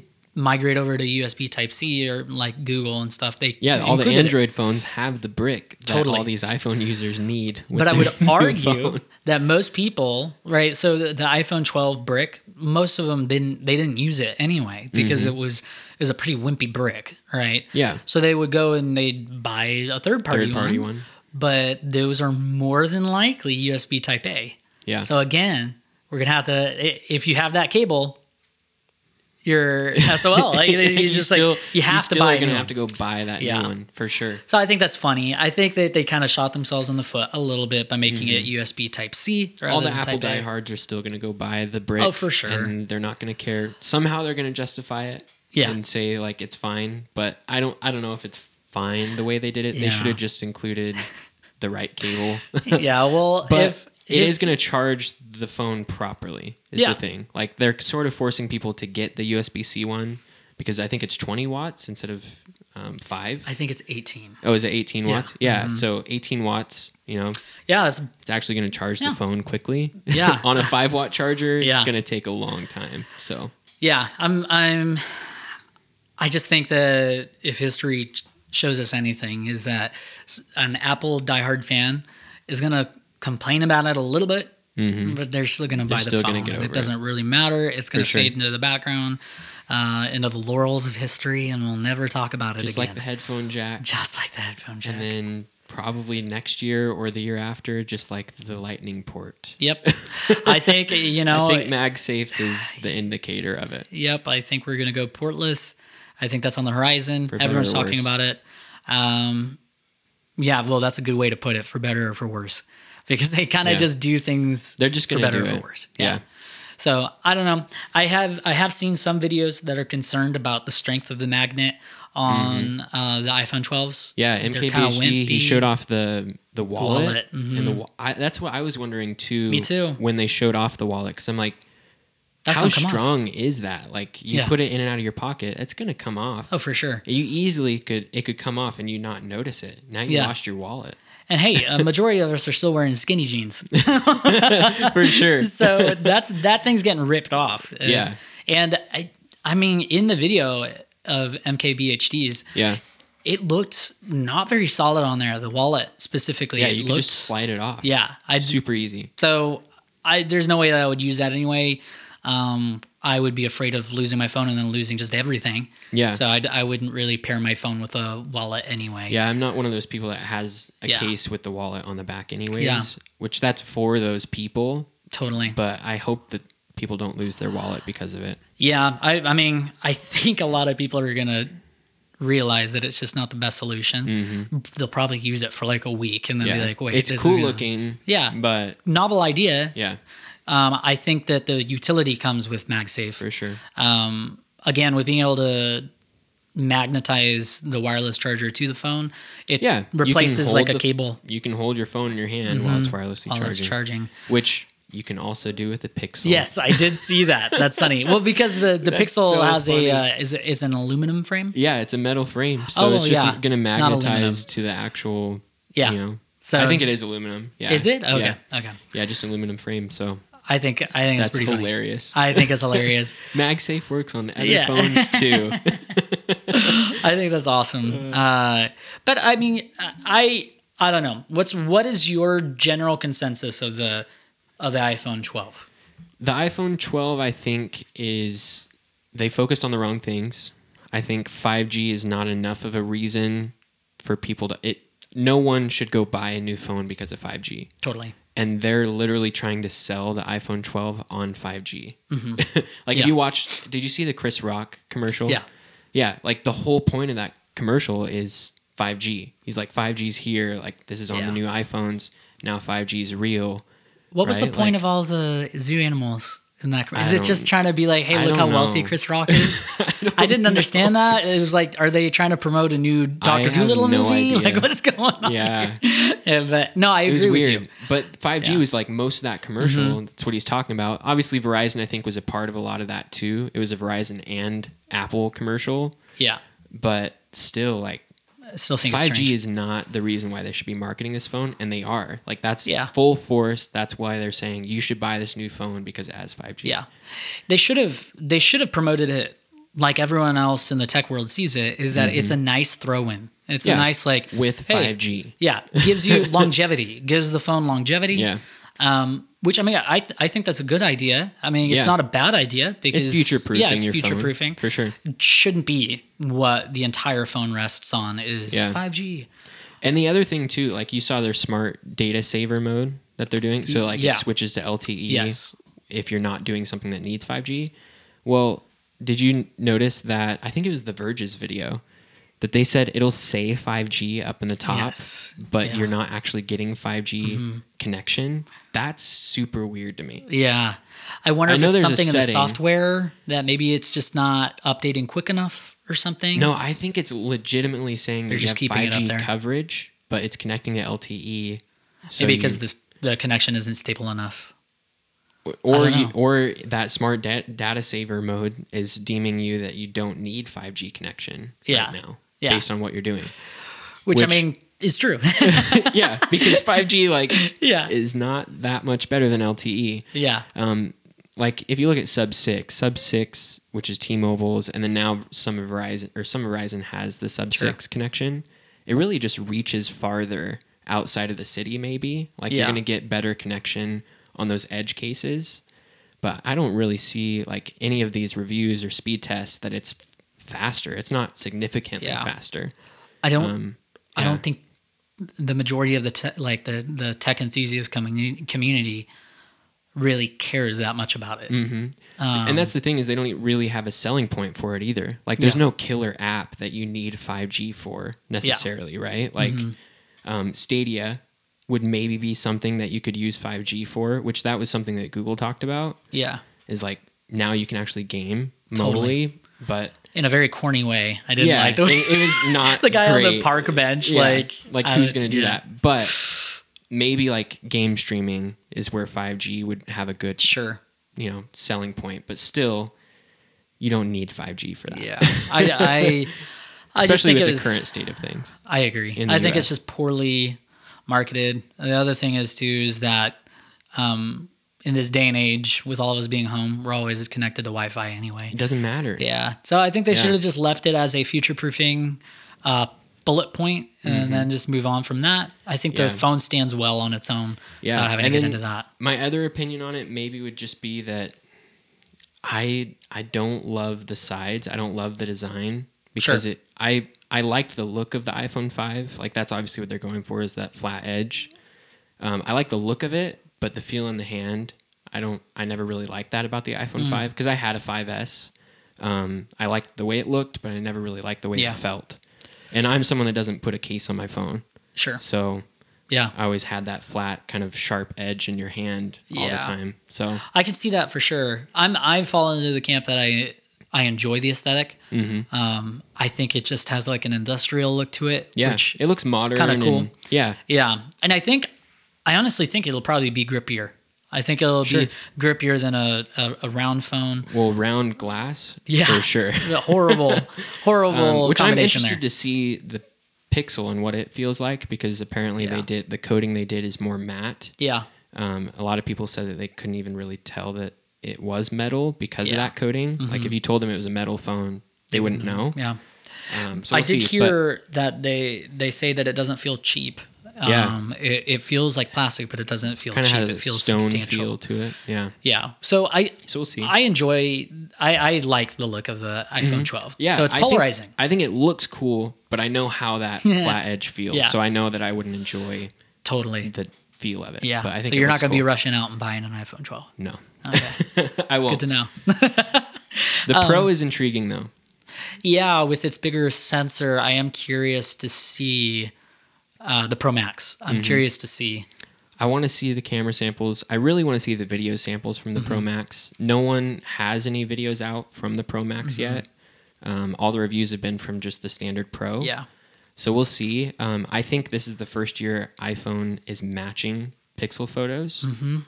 A: migrate over to USB Type C or like Google and stuff, they
B: yeah, all the
A: included it.
B: Android phones have the brick that
A: Totally.
B: all these iPhone users need. with
A: But I
B: their
A: would
B: <laughs> new
A: argue
B: phone.
A: that most people, right? So the, the iPhone 12 brick, most of them didn't they didn't use it anyway because it was it was a pretty wimpy brick, right?
B: Mm-hmm. Yeah.
A: So they would go and they'd buy a third party
B: third party one.
A: but those are more than likely USB Type A.
B: Yeah.
A: So again, we're gonna have to i- if you have that cable, you're SOL.
B: <laughs>
A: Like, you just
B: still-
A: like you have to
B: still
A: buy
B: are
A: it.
B: gonna
A: now.
B: have to go buy that
A: Yeah.
B: new one for sure.
A: So I think that's funny. I think that they kind of shot themselves in the foot a little bit by making it USB Type C.
B: Mm-hmm. all
A: rather
B: the
A: than Type
B: Apple
A: A.
B: diehards are still going to go buy the brick.
A: Oh, for sure.
B: And they're not going to care. Somehow they're going to justify it.
A: Yeah.
B: And say like it's fine, but I don't. I don't know if it's fine the way they did it. They
A: Yeah.
B: should have
A: <laughs>
B: just included the right cable.
A: <laughs> Yeah, well,
B: <laughs> but
A: if
B: it
A: his-
B: is going to charge the phone properly. Is
A: Yeah.
B: the thing. Like they're sort of forcing people to get the USB C one because I think it's twenty watts instead of um, five.
A: I Mm-hmm. think it's 18.
B: Oh, is it eighteen watts? Yeah. So eighteen watts. You know,
A: Yeah, that's
B: it's actually going to charge
A: Yeah.
B: the phone quickly.
A: Yeah.
B: <laughs> On a five watt charger,
A: Yeah.
B: it's going to take a long time. So
A: yeah. I'm I'm. I just think that if history shows us anything, is that s- an Apple diehard fan is gonna complain about it a little bit, but they're still gonna buy the
B: Mm-hmm. still
A: phone.
B: gonna get over
A: it
B: it.
A: doesn't really matter. It's gonna
B: sure.
A: fade into the background, uh, into the laurels of history, and we'll never talk about it
B: just
A: again.
B: like the headphone jack,
A: just like the headphone jack.
B: and then probably next year or the year after, just like the lightning port.
A: Yep. I <laughs> think you know.
B: I think MagSafe
A: Ah,
B: is the indicator of it.
A: yep. I think we're gonna go portless. I think that's on the horizon.
B: better
A: Everyone's
B: or
A: talking
B: worse.
A: about it. Um, yeah. Well, that's a good way to put it. For better or for worse, because they kind of
B: Yeah.
A: just do things.
B: They're just
A: for
B: gonna
A: better
B: do
A: or
B: it.
A: for worse.
B: Yeah.
A: So I don't know. I have I have seen some videos that are concerned about the strength of the magnet on uh, the iPhone 12s.
B: Mm-hmm. Yeah,
A: They're
B: MKBHD.
A: kinda
B: he
A: wimpy.
B: showed off the the wallet,
A: Wallet, mm-hmm.
B: and the wa- I, that's what I was wondering too.
A: Me too.
B: When they showed off the wallet, because I'm like,
A: That's
B: how
A: gonna come off.
B: strong is that? Like you
A: Yeah.
B: put it in and out of your pocket, it's going to come off.
A: Oh, for sure.
B: You easily could it could come off and you not notice it. Now you
A: Yeah.
B: lost your wallet <laughs>
A: And hey, a majority of us are still wearing skinny jeans. <laughs>
B: for sure. <laughs>
A: so that's that thing's getting ripped off. Uh,
B: Yeah.
A: And I I mean in the video of MKBHDs,
B: Yeah,
A: it looked not very solid on there, the wallet specifically.
B: yeah.
A: it
B: You can
A: looked,
B: just slide it off.
A: Yeah. I
B: super easy.
A: so I there's no way that I would use that anyway. Um I would be afraid of losing my phone and then losing just everything.
B: Yeah.
A: So I'd, I wouldn't really pair my phone with a wallet anyway.
B: Yeah, I'm not one of those people that has a
A: Yeah.
B: case with the wallet on the back, anyways.
A: Yeah.
B: Which that's for those people.
A: Totally.
B: But I hope that people don't lose their wallet because of it.
A: Yeah, I, I mean, I think a lot of people are gonna realize that it's just not the best solution, they'll probably use it for like a week and then
B: Mm-hmm. yeah.
A: be like, wait,
B: it's
A: this is
B: cool
A: gonna-
B: looking.
A: Yeah.
B: But
A: Novel idea.
B: yeah,
A: Um, I think that the utility comes with MagSafe.
B: for sure.
A: um, again with being able to magnetize the wireless charger to the phone it
B: Yeah. you can
A: replaces
B: hold
A: like
B: the
A: a
B: f-
A: cable
B: You can hold your phone in your hand while
A: Mm-hmm.
B: it's wirelessly
A: while it's
B: charging,
A: charging
B: which you can also do with the Pixel.
A: yes i did see that that's funny well because the, the
B: That's
A: pixel
B: so
A: has
B: funny.
A: a uh, is it- it's an aluminum frame
B: Yeah, it's a metal frame, so
A: Oh,
B: it's just
A: yeah.
B: going to
A: Not aluminum.
B: magnetize to the actual.
A: Yeah.
B: You know,
A: So-
B: I think it is aluminum. Yeah.
A: is it okay
B: Yeah.
A: okay
B: Yeah, just aluminum frame. So
A: i think i think it's
B: that's
A: pretty
B: hilarious.
A: funny i think it's
B: <laughs>
A: hilarious
B: MagSafe works on other
A: Yeah. <laughs>
B: phones too.
A: I think that's awesome. Uh, but I mean, I I don't know. What's what is your general consensus of the of the iPhone 12?
B: the iPhone 12, I think, is they focused on the wrong things. I think 5G is not enough of a reason for people to it. No one should go buy a new phone because of 5G.
A: Totally.
B: and they're literally trying to sell the iPhone 12 on 5G. <laughs> like
A: Mm-hmm. Yeah.
B: if you watched, did you see the Chris Rock commercial?
A: Yeah.
B: yeah. Like the whole point of that commercial is 5G. He's like 5G's here. Like this is on
A: Yeah.
B: the new iPhones now. 5G's
A: <laughs>
B: real.
A: What was the
B: right?
A: point
B: Like-
A: of all the zoo animals in that? Is it
B: don't-
A: just trying to be like, hey,
B: I
A: look how
B: don't
A: wealthy
B: know.
A: Chris Rock
B: <laughs>
A: is? I, didn't understand that. It was like, are they trying to promote a new Doctor
B: have
A: Doolittle
B: no
A: movie? <laughs>
B: idea.
A: Like, what's going on?
B: Yeah,
A: <laughs> Yeah, but no, I
B: it was
A: agree with you.
B: weird. But 5G
A: Yeah. Mm-hmm.
B: was like most of that commercial. That's what he's talking about. Obviously, Verizon I think was a part of a lot of that too. It was a Verizon and Apple commercial,
A: Yeah,
B: but still like
A: I still think it's
B: Five
A: strange.
B: G is not the reason why they should be marketing this phone, and they are. Like that's
A: Yeah.
B: full force. That's why they're saying you should buy this new phone because it has five G.
A: Yeah, they should have. They should have promoted it like everyone else in the tech world sees it. Is that it's a nice throw-in. It's
B: Mm-hmm. Yeah.
A: a nice like
B: With
A: hey,
B: five G.
A: Yeah, gives
B: <laughs>
A: you longevity. Gives the phone longevity.
B: Yeah.
A: Um, which I mean, I I think that's a good idea. I mean, it's
B: Yeah.
A: not a bad idea because
B: It's future proofing
A: Yeah, it's
B: your
A: future
B: phone.
A: proofing.
B: For sure.
A: It shouldn't be what the entire phone rests on is
B: Yeah.
A: 5G.
B: And the other thing too, like you saw their smart data saver mode that they're doing. So like
A: yeah.
B: it switches to LTE
A: Yes.
B: if you're not doing something that needs five G. Well, did you n- notice that I think it was the Verge's video that they said it'll say five G up in the top.
A: Yes.
B: but
A: Yeah. Mm-hmm.
B: you're not actually getting 5G connection, that's super weird to me.
A: Yeah. I wonder
B: I
A: if
B: know
A: it's
B: there's a
A: something in the
B: setting.
A: software that maybe it's just not updating quick enough or something.
B: No, I think it's legitimately saying that
A: They're
B: you
A: just
B: have
A: keeping it up
B: 5G
A: there.
B: coverage, but it's connecting to E. LTE. So
A: maybe because
B: you-
A: this the connection isn't stable enough.
B: or
A: don't
B: you,
A: know.
B: or that smart da- data saver mode is deeming you that you don't need 5G connection
A: Yeah.
B: right now
A: Yeah.
B: based on what you're
A: <laughs>
B: doing.
A: Which, I
B: Which-
A: mean is
B: <laughs>
A: true. <laughs>
B: yeah, because 5G like
A: Yeah.
B: is not that much better than LTE.
A: yeah.
B: um, like if you look at Sub Six, Sub Six, which is T-Mobile's, and then now some of Verizon or some of Verizon has the Sub
A: Sure.
B: Six connection. It really just reaches farther outside of the city, maybe. Like
A: Yeah.
B: you're gonna get better connection on those edge cases, but I don't really see like any of these reviews or speed tests that it's faster. It's not significantly
A: Yeah.
B: faster.
A: I don't
B: Um,
A: I
B: yeah.
A: don't think the majority of the te- like the the tech enthusiast coming community really cares that much about it.
B: Mm. and that's the thing is they don't e, really have a selling point for it either. Like there's
A: Um, Yeah.
B: no killer app that you need 5G for necessarily, right? Like
A: Mm-hmm.
B: um, Stadia would maybe be something that you could use 5G for, which that was something that Google talked about
A: Yeah,
B: is like now you can actually game
A: Totally.
B: modally, but
A: in a very corny way. I didn't <laughs>
B: yeah,
A: like the way
B: it, it was <laughs> not
A: the guy on the
B: great.
A: park bench.
B: Yeah,
A: Like,
B: like
A: I
B: who's
A: don't-
B: going to do
A: yeah.
B: that? But maybe like game streaming is where 5G would have a good
A: Sure.
B: you know selling point but still you don't need 5g for that
A: Yeah. I I, I just think
B: especially with
A: it
B: the
A: was,
B: current state of things
A: I agree.
B: in the
A: I think
B: US.
A: it's just poorly marketed. The other thing is too is that um, in this day and age, with all of us being home, we're always connected to Wi-Fi anyway.
B: it doesn't matter
A: Yeah. So I think they
B: Yeah.
A: should have just left it as a future proofing uh, bullet point and then just move on from that. I think
B: Mm-hmm. Yeah.
A: the phone stands well on its own
B: Yeah,
A: without having
B: and
A: to get
B: then-
A: into that.
B: my other opinion on it maybe would just be that i i don't love the sides i don't love the design because
A: Sure.
B: it i i liked the look of the iphone 5 like that's obviously what they're going for is that flat edge um, i like the look of it but
A: Mm.
B: the feel in the hand i don't i never really liked that about the iphone 5 because i had a 5s Um, I liked the way it looked, but I never really liked the way
A: Yeah.
B: it felt. And I'm someone that doesn't put a case on my phone,
A: Sure.
B: so
A: Yeah.
B: I always had that flat, kind of sharp edge in your hand all the
A: Yeah.
B: time. So
A: I can see that for sure. I'm I've fallen into the camp that I I enjoy the esthetic
B: Mm-hmm.
A: Um, I think it just has like an industrial look to it.
B: yeah,
A: which-
B: it looks modern.
A: kinda
B: and-
A: cool.
B: yeah,
A: yeah, and I think I honestly think it'll probably be grippier. I think it'll
B: Sure.
A: be grippier than a, a, a round phone.
B: well, round glass,
A: Yeah.
B: for sure.
A: <laughs> The horrible, horrible
B: <laughs> Um, which I'm
A: combination
B: interested
A: there.
B: to see the pixel and what it feels like because apparently
A: Yeah.
B: they did the coding they did is more matte.
A: Yeah,
B: Um, a lot of people said that they couldn't even really tell that it was metal because
A: Yeah. Mm-hmm.
B: of that coding. Like if you told them it was a metal phone, they wouldn't know.
A: yeah.
B: Um, so
A: I
B: we'll
A: did
B: see, but-
A: hear that they they say that it doesn't feel cheap.
B: Yeah.
A: Um, it, it feels like plastic, but it doesn't feel
B: kind of
A: cheap.
B: has a
A: It feels
B: stone
A: substantial.
B: feel to it. Yeah.
A: Yeah. So I
B: So we'll see.
A: I enjoy I, I like the look of the iPhone 12.
B: Mm-hmm. yeah.
A: So it's
B: I think-
A: polarizing.
B: I think, it looks cool, but I know how
A: <laughs>
B: that flat edge feels.
A: Yeah.
B: So I know that I wouldn't enjoy
A: totally.
B: the feel of it.
A: Yeah.
B: But I think
A: so
B: it
A: you're not
B: looks
A: going to be
B: cool.
A: rushing out and buying an iPhone
B: <laughs>
A: 12.
B: No.
A: Okay.
B: <laughs> I
A: Good
B: won't.
A: to Um, know.
B: The pro is intriguing though.
A: yeah, with its bigger sensor, I am curious to see uh, the Pro Max. I'm
B: Mm-hmm.
A: curious to see.
B: I want to see the camera samples. I really want to see the video samples from the
A: Mm-hmm.
B: Pro Max. No one has any videos out from the Pro Max
A: Mm-hmm.
B: yet. Um, all the reviews have been from just the standard Pro.
A: Yeah.
B: So we'll see. Um, I think this is the first year iPhone is matching Pixel photos,
A: Mm-hmm.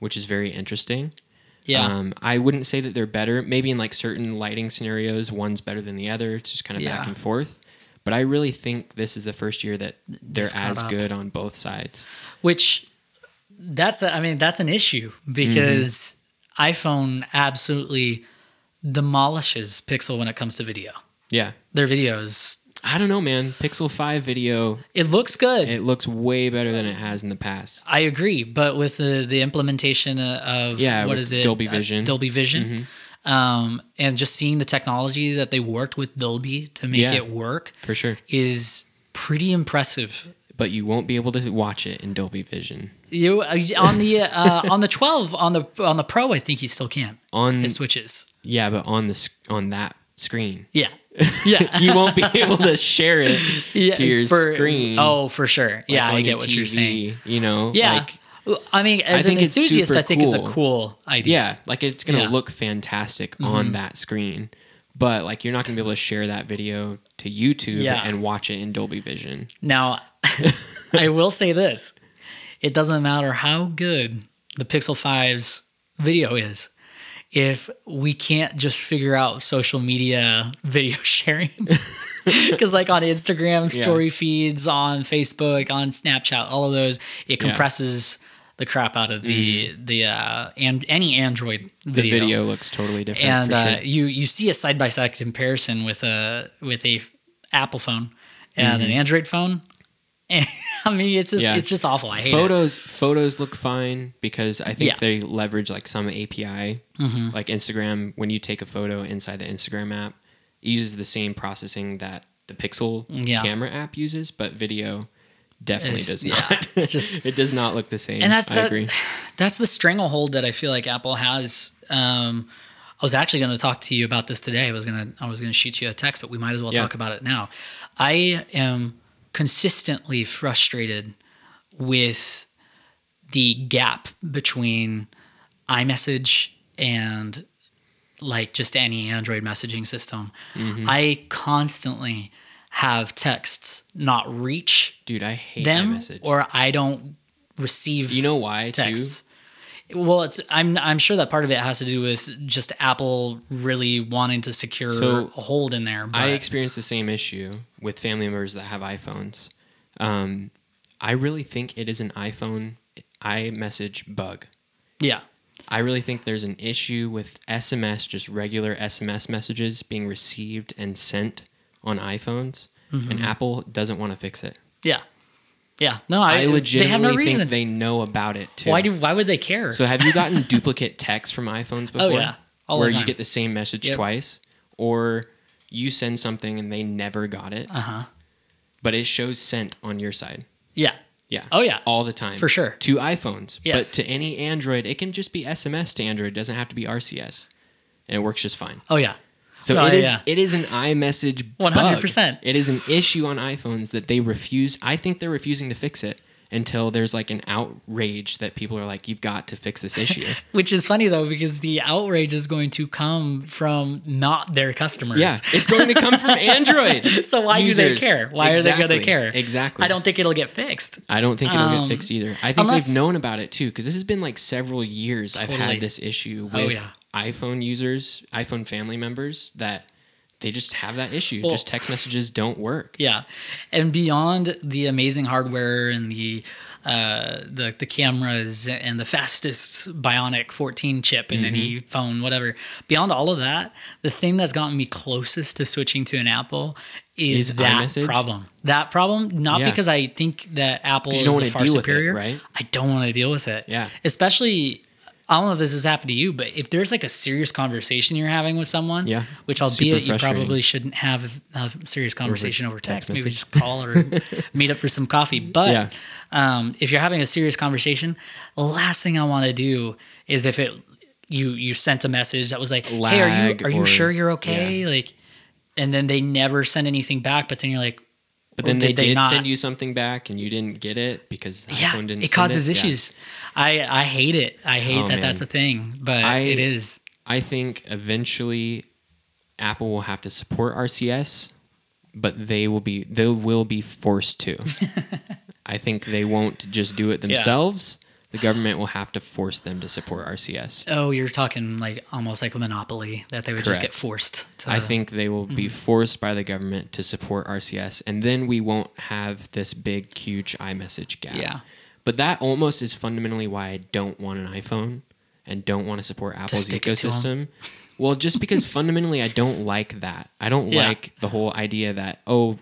B: which is very interesting.
A: Yeah.
B: Um, I wouldn't say that they're better. Maybe in like certain lighting scenarios, one's better than the other. It's just kind of
A: Yeah.
B: back and forth. But I really think this is the first year that they're
A: caught
B: as
A: up.
B: good on both sides.
A: Which that's a, I mean that's an issue
B: Mm-hmm.
A: because iPhone absolutely demolishes Pixel when it comes to video.
B: Yeah.
A: Their videos
B: I don't know, man. Pixel 5 video,
A: it looks good.
B: it looks way better than it has in the past.
A: I agree, but with the the implementation uh, of
B: Yeah,
A: what
B: with
A: is it
B: Dolby
A: Uh,
B: Vision. Mm-hmm.
A: Dolby Vision, um, and just seeing the technology that they worked with Dolby to make
B: Yeah.
A: it work
B: For sure.
A: is pretty impressive.
B: But you won't be able to watch it in Dolby Vision.
A: You uh, on the uh, <laughs> on the twelve on the on the Pro, I think you still can.
B: On
A: It switches.
B: yeah, but on the sc- on that screen. <laughs>
A: Yeah, yeah,
B: You
A: <laughs>
B: won't be able to share it
A: yeah.
B: to your
A: for-
B: screen.
A: Oh, for sure. Yeah,
B: like,
A: I
B: on
A: get
B: your
A: what you're
B: TV,
A: saying.
B: You know,
A: Yeah.
B: like
A: Well, I mean, as
B: think
A: an
B: it's
A: enthusiast,
B: super
A: I think it's a
B: cool.
A: cool idea.
B: yeah, like it's gonna
A: Yeah. Mm-hmm.
B: look fantastic on that screen. But like you're not gonna be able to share that video to YouTube
A: Yeah.
B: and watch it in Dolby Vision. <laughs>
A: Now, I will say this it doesn't matter how good the Pixel 5's video is if we can't just figure out social media <laughs> video
B: <laughs>
A: sharing. Because, like on Instagram
B: Yeah.
A: story feeds, on Facebook, on Snapchat, all of those, it compresses. The crap out of the the uh, and any Android
B: Mm-hmm. The
A: video,
B: video, looks totally different.
A: and
B: for
A: uh,
B: sure.
A: you you see a side by side comparison with a with a Apple phone and an Android phone. <laughs> And, I mean, it's just
B: Mm-hmm. Yeah.
A: it's just awful. I hate it.
B: photos photos look fine because I think
A: Yeah. Mm-hmm.
B: they leverage like some API like Instagram when you take a photo inside the Instagram app it uses the same processing that the Pixel
A: Yeah.
B: camera app uses but video definitely
A: It's-
B: does
A: yeah,
B: not
A: it's just-
B: <laughs> it does not look the same
A: And that's
B: I
A: that-
B: agree
A: <sighs> That's the stranglehold that I feel like Apple has. Um, I was actually going to talk to you about this today. I was gonna I was gonna shoot you a text, but we might as well
B: Yeah.
A: talk about it now. I am consistently frustrated with the gap between iMessage and like just any Android messaging system.
B: Mm-hmm.
A: I constantly have texts not reach
B: dude I hate
A: them
B: iMessage
A: or I don't receive
B: you know why
A: texts. Well, it's I'm I'm sure that part of it has to do with just Apple really wanting to secure
B: So,
A: a hold in there. But,
B: too I experienced the same issue with family members that have iPhones um, I really think it is an iPhone iMessage bug
A: yeah,
B: I really think there's an issue with SMS, just regular SMS messages being received and sent on iPhones, and
A: Mm-hmm.
B: Apple doesn't want to fix it.
A: yeah, yeah. No,
B: I,
A: I, they have
B: legitimately
A: no reason.
B: think they know about it too.
A: why do why would they care?
B: so have
A: <laughs>
B: you gotten duplicate texts from iPhones before?
A: Oh, yeah. All the
B: where
A: time.
B: you get the same message
A: Yep.
B: twice, or you send something and they never got it,
A: uh huh.
B: but it shows sent on your side.
A: Yeah.
B: Yeah.
A: Oh yeah.
B: All the time.
A: For sure.
B: To iPhones.
A: Yes.
B: But to any Android, it can just be SMS to Android. It doesn't have to be RCS. And it works just fine.
A: Oh yeah.
B: So
A: Oh,
B: it is
A: yeah.
B: it is an iMessage bug.
A: 100%.
B: It is an issue on iPhones that they refuse. I think they're refusing to fix it until there's like an outrage that people are like, "You've got to fix
A: <laughs>
B: this issue."
A: Which is funny though, because the outrage is going to come from not their customers.
B: yeah, it's going to come from Android.
A: <laughs> So why do they
B: users.
A: care? Why are they
B: Exactly,
A: going to care?
B: Exactly.
A: I don't think it'll get fixed.
B: I don't think it'll
A: Um,
B: get fixed either. I think
A: unless-
B: we've known about it too because this has been like several years. I've
A: Totally.
B: had this issue with
A: Oh, yeah.
B: iPhone users, iPhone family members that they just have that issue.
A: Well-
B: just text messages don't work.
A: Yeah, and beyond the amazing hardware and the uh, the the cameras and the fastest Bionic 14 chip in any
B: Mm-hmm.
A: phone, whatever. Beyond all of that, the thing that's gotten me closest to switching to an Apple is,
B: Is
A: that
B: iMessage?
A: problem. That problem, not
B: Yeah.
A: because I think that Apple
B: you
A: is
B: don't
A: the
B: wanna
A: far
B: deal with it,
A: superior,
B: right?
A: I don't want to deal with it.
B: Yeah.
A: especially. I don't know if this has happened to you, but if there's like a serious conversation you're having with someone,
B: Yeah.
A: which
B: Super
A: albeit you
B: frustrating.
A: probably shouldn't have a serious conversation over, text.
B: text
A: Maybe
B: message.
A: just call or
B: <laughs>
A: meet up for some coffee. But
B: Yeah.
A: um, if you're having a serious conversation, last thing I want to do is if it you you sent a message that was like, "Hey, are you
B: Lag
A: are you
B: or-
A: sure you're okay?" Like, and then they never send anything back. But then you're like, or
B: But then they
A: did they
B: did
A: not?
B: send you something back and you didn't get it because the
A: "Yeah,
B: iPhone didn't.
A: it
B: send
A: causes
B: Yeah.
A: issues." I I hate it. I hate
B: Oh,
A: that that's
B: man.
A: a thing, but
B: I-
A: it is.
B: I think eventually Apple will have to support RCS, but they will be they will be forced to. I think they won't just do it themselves. The government will have to force them to support RCS.
A: Oh, you're talking like almost like a monopoly that they would just
B: Correct.
A: get forced to.
B: I think they will
A: mm-hmm.
B: be forced by the government to support RCS, and then we won't have this big, huge iMessage gap.
A: Yeah.
B: But that almost is fundamentally why I don't want an iPhone and don't want to support Apple's
A: stick it to 'em.
B: ecosystem. Well, just
A: <laughs>
B: because fundamentally I don't like that. I don't
A: Yeah.
B: like the whole idea that, oh,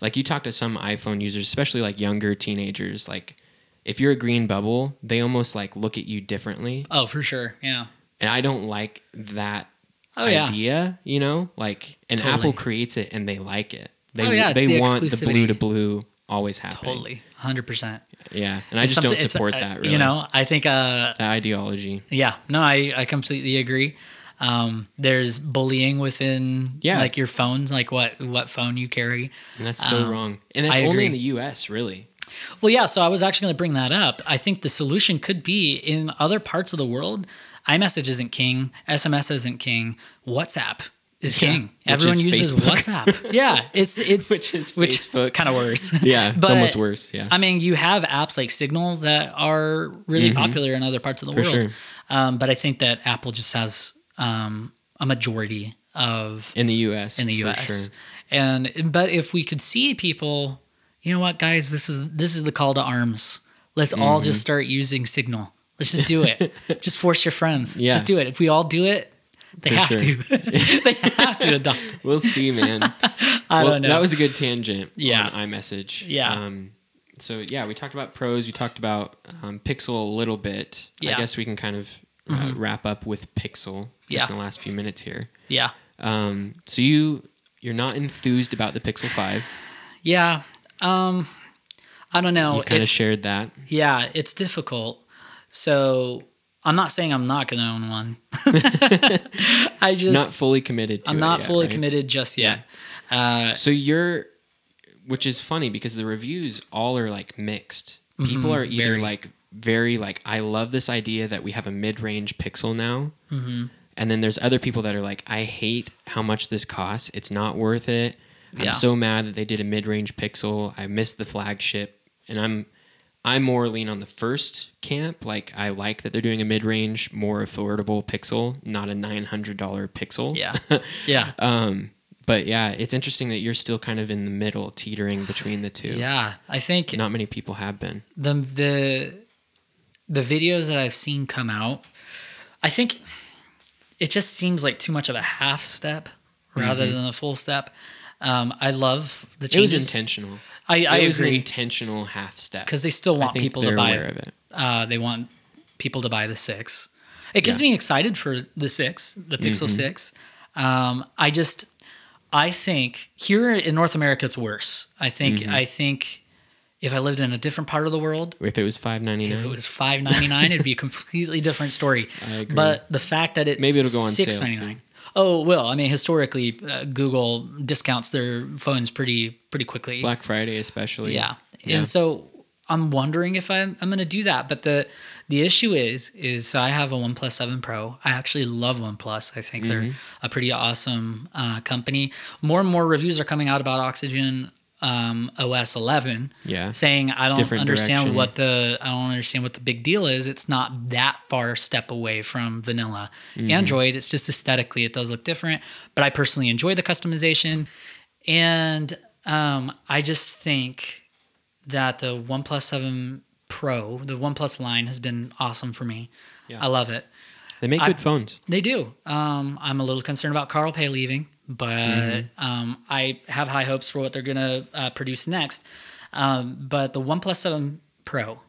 B: like you talk to some iPhone users, especially like younger teenagers, like if you're a green bubble, they almost like look at you differently
A: Oh, for sure. Yeah.
B: and I don't like that
A: Oh, yeah.
B: idea. You know, like and
A: Totally.
B: Apple creates it and they like it. They
A: Oh, yeah, it's
B: they
A: the
B: want the blue
A: exclusivity.
B: to blue always happening.
A: Totally. 100%.
B: Yeah, and I just don't
A: Something- it's,
B: support
A: uh,
B: that. Really,
A: You know, I think, uh,
B: that ideology.
A: yeah, no, I, I completely agree. Um, there's bullying within
B: Yeah.
A: like your phones, like what, what phone you carry.
B: And that's so wrong. And that's
A: Um, I
B: only in
A: agree.
B: the U.S. Really.
A: Well, yeah, so I was actually going to bring that up. I think the solution could be in other parts of the world, iMessage isn't king, SMS isn't king, WhatsApp is
B: Yeah,
A: king.
B: which
A: Everyone
B: is
A: uses
B: Facebook. <laughs>
A: WhatsApp. yeah, it's it's
B: Which is Facebook.
A: kind of worse.
B: <laughs> Yeah,
A: But-
B: it's almost worse. Yeah,
A: I mean, you have apps like Signal that are really popular in other parts of the world.
B: Mm-hmm. sure.
A: Um, but I think that Apple just has um, a majority of
B: in the U.S.
A: in the
B: for
A: U.S. <laughs>
B: sure.
A: And but if we could see people, you know what, guys, this is this is the call to arms. Let's all
B: Mm-hmm.
A: just start using Signal. Let's just do
B: <laughs>
A: it. just force your friends.
B: Yeah.
A: Just do it. If we all do it, they
B: For
A: have
B: sure.
A: to. they have to adopt. It.
B: <laughs> We'll see, man.
A: <laughs> I
B: Well,
A: don't know.
B: That was a good tangent.
A: Yeah.
B: On iMessage.
A: Yeah.
B: Um, so yeah, we talked about pros. We talked about um, Pixel a little bit.
A: Yeah. Mm-hmm.
B: I guess we can kind of uh, wrap up with Pixel just
A: Yeah.
B: in the last few minutes here.
A: yeah.
B: Um, so you you're not enthused about the Pixel Five.
A: Yeah. Um, I don't know.
B: You kind of
A: It's-
B: shared that.
A: Yeah, it's difficult. So I'm not saying I'm not going to own
B: <laughs>
A: one. I just
B: not fully committed. to
A: I'm
B: it
A: not
B: yet,
A: fully
B: right?
A: committed just yet. Uh,
B: So you're, which is funny because the reviews all are like mixed. People are either
A: Mm-hmm. very.
B: like very like I love this idea that we have a mid-range Pixel now,
A: Mm-hmm.
B: and then there's other people that are like I hate how much this costs. It's not worth it.
A: Yeah.
B: I'm so mad that they did a mid-range Pixel. I missed the flagship, and I'm. I'm more lean on the first camp. Like I like that they're doing a mid-range, more affordable Pixel, not a nine hundred dollar Pixel.
A: yeah, yeah,
B: <laughs> Um, but yeah, it's interesting that you're still kind of in the middle,
A: <sighs>
B: teetering between the two.
A: yeah. I think
B: Not many people have been.
A: the the the videos that I've seen come out, I think it just seems like too much of a half step rather than a full step. Um, I love the
B: Mm-hmm. It was
A: changes.
B: intentional.
A: I, I
B: it was an
A: agree
B: intentional half step.
A: because they still
B: I
A: want
B: think
A: people
B: they're
A: to buy
B: aware of it.
A: Uh, they want people to buy the six. It gets me excited for the six, the Pixel
B: Mm-hmm.
A: six. Um, I just, I think here in North America it's worse. I think,
B: Mm-hmm.
A: I think if I lived in a different part of the world,
B: If it was five ninety
A: if it
B: nine,
A: was five ninety nine, it'd be a completely different story.
B: <laughs> I agree.
A: But the fact that it's
B: Maybe it'll go on sale,
A: six ninety nine. Oh, it will. I mean, historically, uh, Google discounts their phones pretty pretty quickly.
B: Black Friday especially.
A: Yeah.
B: Yeah.
A: And so I'm wondering if I'm, I'm going to do that. But the the issue is is so I have a OnePlus 7 Pro. I actually love OnePlus. I think they're
B: Mm-hmm.
A: a pretty awesome uh, company. More and more reviews are coming out about Oxygen um, OS 11.
B: Yeah.
A: Saying I don't
B: Different
A: understand
B: direction.
A: what the I don't understand what the big deal is. It's not that far step away from vanilla
B: Mm-hmm.
A: Android. It's just aesthetically it does look different, but I personally enjoy the customization. And um, I just think that the OnePlus 7 Pro, the OnePlus line has been awesome for me.
B: Yeah.
A: I love it.
B: They make good phones.
A: They do. Um, I'm a little concerned about Carl Pay leaving, but
B: Mm-hmm.
A: um, I have high hopes for what they're going to uh, produce next. Um, but the OnePlus 7 Pro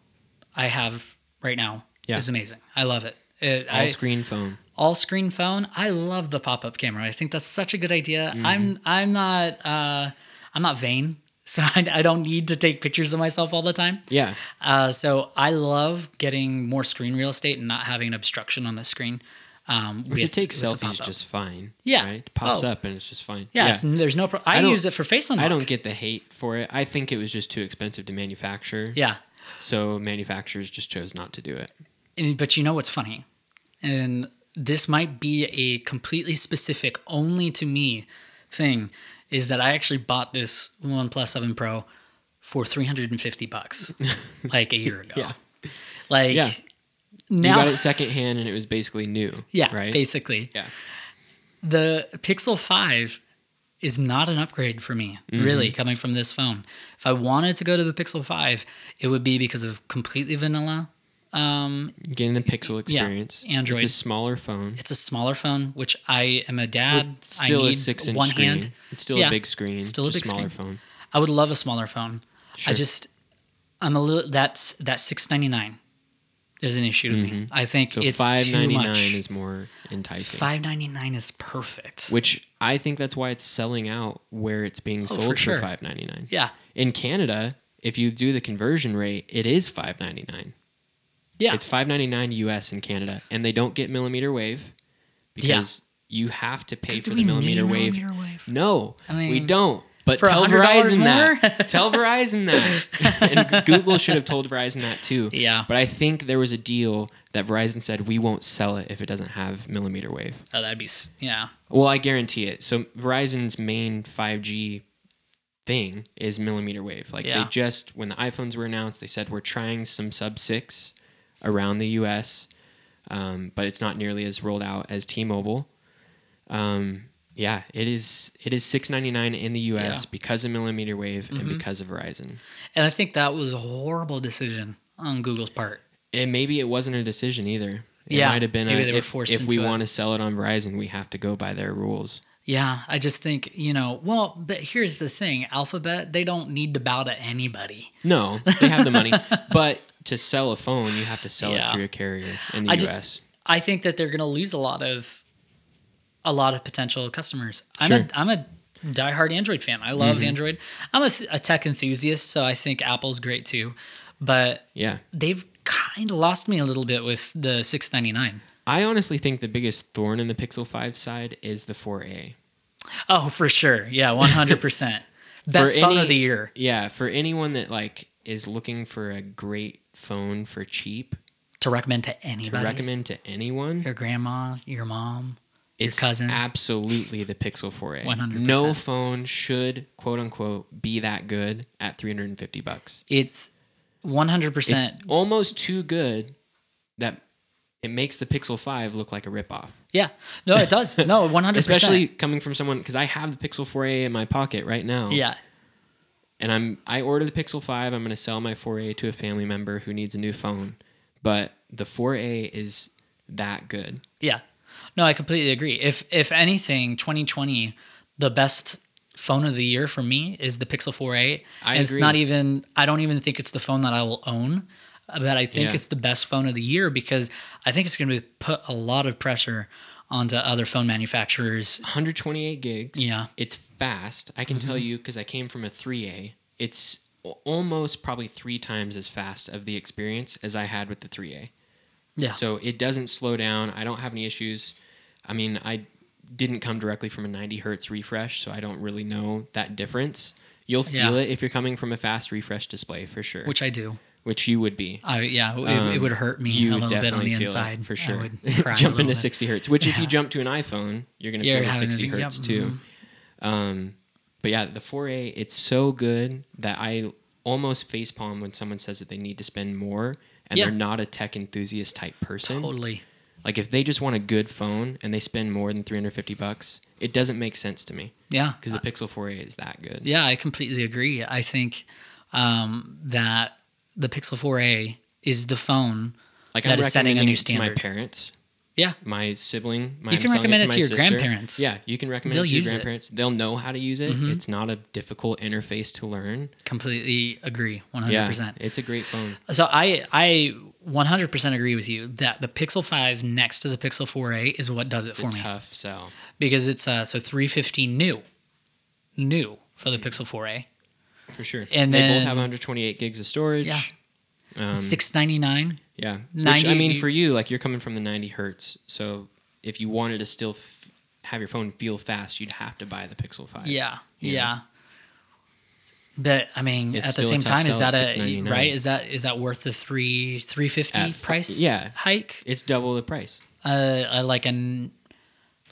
A: I have right now
B: Yeah.
A: is amazing. I love it. it
B: All
A: I-
B: screen phone.
A: all screen phone. I love the pop up camera. I think that's such a good idea.
B: Mm-hmm.
A: I'm I'm not uh, I'm not vain, <laughs> so I, I don't need to take pictures of myself all the time.
B: Yeah.
A: Uh, so I love getting more screen real estate and not having an obstruction on the screen. Um,
B: Which it
A: with-
B: takes
A: with the
B: selfies
A: pop-up.
B: just fine.
A: Yeah.
B: Right? It pops
A: Oh.
B: up and it's just fine.
A: yeah. It's, there's no. Pro- I,
B: I don't-
A: use it for face unlock.
B: I don't get the hate for it. I think it was just too expensive to manufacture.
A: Yeah,
B: So manufacturers just chose not to do it.
A: And- but you know what's funny, and this might be a completely specific only to me thing, is that I actually bought this OnePlus Seven Pro for three hundred and fifty
B: <laughs>
A: bucks, like a year ago.
B: Yeah.
A: Like
B: Yeah. You
A: now,
B: got it secondhand and it was basically new.
A: <laughs> yeah,
B: Right?
A: basically,
B: yeah.
A: the Pixel Five is not an upgrade for me,
B: Mm-hmm.
A: really, coming from this phone. If I wanted to go to the Pixel Five, it would be because of completely vanilla. Um,
B: Getting the Pixel experience.
A: Android.
B: It's a smaller phone.
A: It's a smaller phone, which I am a dad.
B: It's still
A: I need
B: a six inch
A: one
B: screen.
A: hand.
B: It's still
A: Yeah.
B: a big screen.
A: Still a
B: just
A: big
B: smaller
A: screen.
B: phone.
A: I would love a smaller phone. I
B: Sure.
A: just I'm a little that's that six ninety nine is an issue to me. I think
B: Mm-hmm. So
A: it's
B: five ninety
A: too
B: nine
A: much.
B: is more enticing.
A: five ninety nine is perfect.
B: which I think that's why it's selling out where it's being sold for,
A: Oh, sure.
B: five ninety nine.
A: yeah.
B: In Canada, if you do the conversion rate, it is five ninety nine.
A: Yeah.
B: It's five ninety nine US in Canada, and they don't get millimeter wave because you have to pay for
A: Do
B: the
A: we need
B: millimeter wave.
A: millimeter wave?
B: No,
A: I
B: we
A: mean,
B: don't. But
A: for
B: tell
A: $100
B: Verizon
A: more? <laughs>
B: that. tell Verizon that. and G- Google should have told Verizon that too.
A: Yeah.
B: But I think there was a deal that Verizon said we won't sell it if it doesn't have millimeter wave.
A: Oh, that'd be s- yeah.
B: Well, I guarantee it. So Verizon's main 5G thing is millimeter wave. Like
A: Yeah.
B: they just when the iPhones were announced, they said we're trying some sub six around the U.S., um, but it's not nearly as rolled out as T-Mobile. Um, yeah, it is. It is six ninety nine in the U.S.
A: Yeah. Mm-hmm.
B: because of millimeter wave and because of Verizon.
A: And I think that was a horrible decision on Google's part.
B: And maybe it wasn't a decision either. It
A: Yeah,
B: might have been
A: maybe
B: a,
A: they were
B: if,
A: forced
B: if we
A: into it.
B: want to sell it on Verizon, we have to go by their rules.
A: Yeah, I just think, you know, well, but here's the thing Alphabet, they don't need to bow to anybody.
B: No, they have the
A: <laughs>
B: money, but to sell a phone, you have to sell
A: Yeah.
B: it through a carrier in the
A: I
B: U.S.
A: just I think that they're going to lose a lot of a lot of potential customers.
B: Sure. Mm-hmm.
A: I'm a I'm a diehard Android fan. I love Android. I'm a, th- a tech enthusiast, so I think Apple's great too. But
B: yeah,
A: they've kind of lost me a little bit with the 699.
B: I honestly think the biggest thorn in the Pixel Five side is the 4A.
A: Oh, for sure. Yeah,
B: <laughs>
A: 100%. Best phone
B: any-
A: of the year.
B: Yeah, for anyone that like is looking for a great phone for cheap,
A: To recommend to anybody.
B: to recommend to anyone,
A: your grandma, your mom,
B: it's
A: cousin.
B: absolutely the Pixel 4A.
A: 100%.
B: No phone should quote unquote be that good at 350 bucks.
A: it's 100%.
B: It's almost too good that it makes the Pixel 5 look like a ripoff.
A: yeah. No, it does.
B: <laughs>
A: No, 100%.
B: especially coming from someone because I have the Pixel 4a in my pocket right now.
A: yeah.
B: and I'm I ordered the Pixel 5. I'm going to sell my 4a to a family member who needs a new phone, but the 4a is that good.
A: Yeah. No, I completely agree. If if anything, 2020, the best phone of the year for me is the Pixel 4a.
B: I
A: and it's
B: agree.
A: not even I don't even think it's the phone that I will own, but I think
B: Yeah.
A: it's the best phone of the year because I think it's going to put a lot of pressure onto other phone manufacturers.
B: 128 gigs.
A: Yeah. Mm-hmm.
B: it's fast. I can tell you because I came from a 3a. It's al- almost probably three times as fast of the experience as I had with the 3a.
A: Yeah.
B: So it doesn't slow down. I don't have any issues. I mean, I didn't come directly from a 90 hertz refresh, so I don't really know that difference. You'll feel
A: Yeah.
B: it if you're coming from a fast refresh display for sure,
A: which
B: which,
A: I do.
B: you would be.
A: I yeah, it, it
B: Um,
A: would hurt me
B: you
A: a
B: would
A: little bit on
B: definitely
A: the
B: feel it,
A: inside
B: for
A: I
B: sure. <laughs>
A: would cry a
B: Jump
A: little bit.
B: into 60 hertz, which if
A: <laughs>
B: you
A: Yeah.
B: jump to an iPhone, you're gonna
A: You're
B: feel the
A: having to
B: 60
A: do- yep, mm-hmm.
B: hertz too. Um, but yeah, the 4A, it's so good that I almost facepalm when someone says that they need to spend more and
A: Yeah.
B: they're not a tech enthusiast type person.
A: Totally.
B: Like if they just want a good phone and they spend more than 350 bucks, it doesn't make sense to me
A: Yeah.
B: because the Pixel 4a is that good.
A: Uh, Yeah, I completely agree. I think um, that the Pixel 4a is the phone.
B: Like
A: That
B: I'm
A: is setting a
B: recommending
A: new
B: it to my
A: standard.
B: parents,
A: Yeah,
B: my sibling, my
A: You
B: I'm
A: can
B: selling
A: recommend
B: to
A: it
B: my
A: to your
B: sister.
A: grandparents.
B: Yeah, you can recommend
A: They'll
B: it to your
A: use it. Mm-hmm.
B: grandparents. They'll know how to use it. It's not a difficult interface to learn.
A: completely agree. 100%.
B: Yeah, it's a great phone.
A: So I I 100% agree with you that the Pixel 5 next to the Pixel 4a is what does it for me
B: Tough sell.
A: because it's uh so 350 new new for the
B: Mm.
A: Pixel 4a.
B: For sure.
A: And
B: they
A: then-
B: both have 128 gigs of storage.
A: Yeah.
B: Um,
A: 699.
B: yeah. Which,
A: 90
B: I mean, for you, like you're coming from the 90 hertz. So if you wanted to still f- have your phone feel fast, you'd have to buy the Pixel 5.
A: Yeah.
B: Yeah.
A: Yeah. But I mean,
B: It's
A: at the
B: still a
A: same
B: tough
A: time, is
B: sell at
A: that a
B: $6.99.
A: right? Is that is that worth the three three fifty
B: At fi-
A: price?
B: yeah.
A: hike.
B: It's double the price.
A: Uh, uh, like an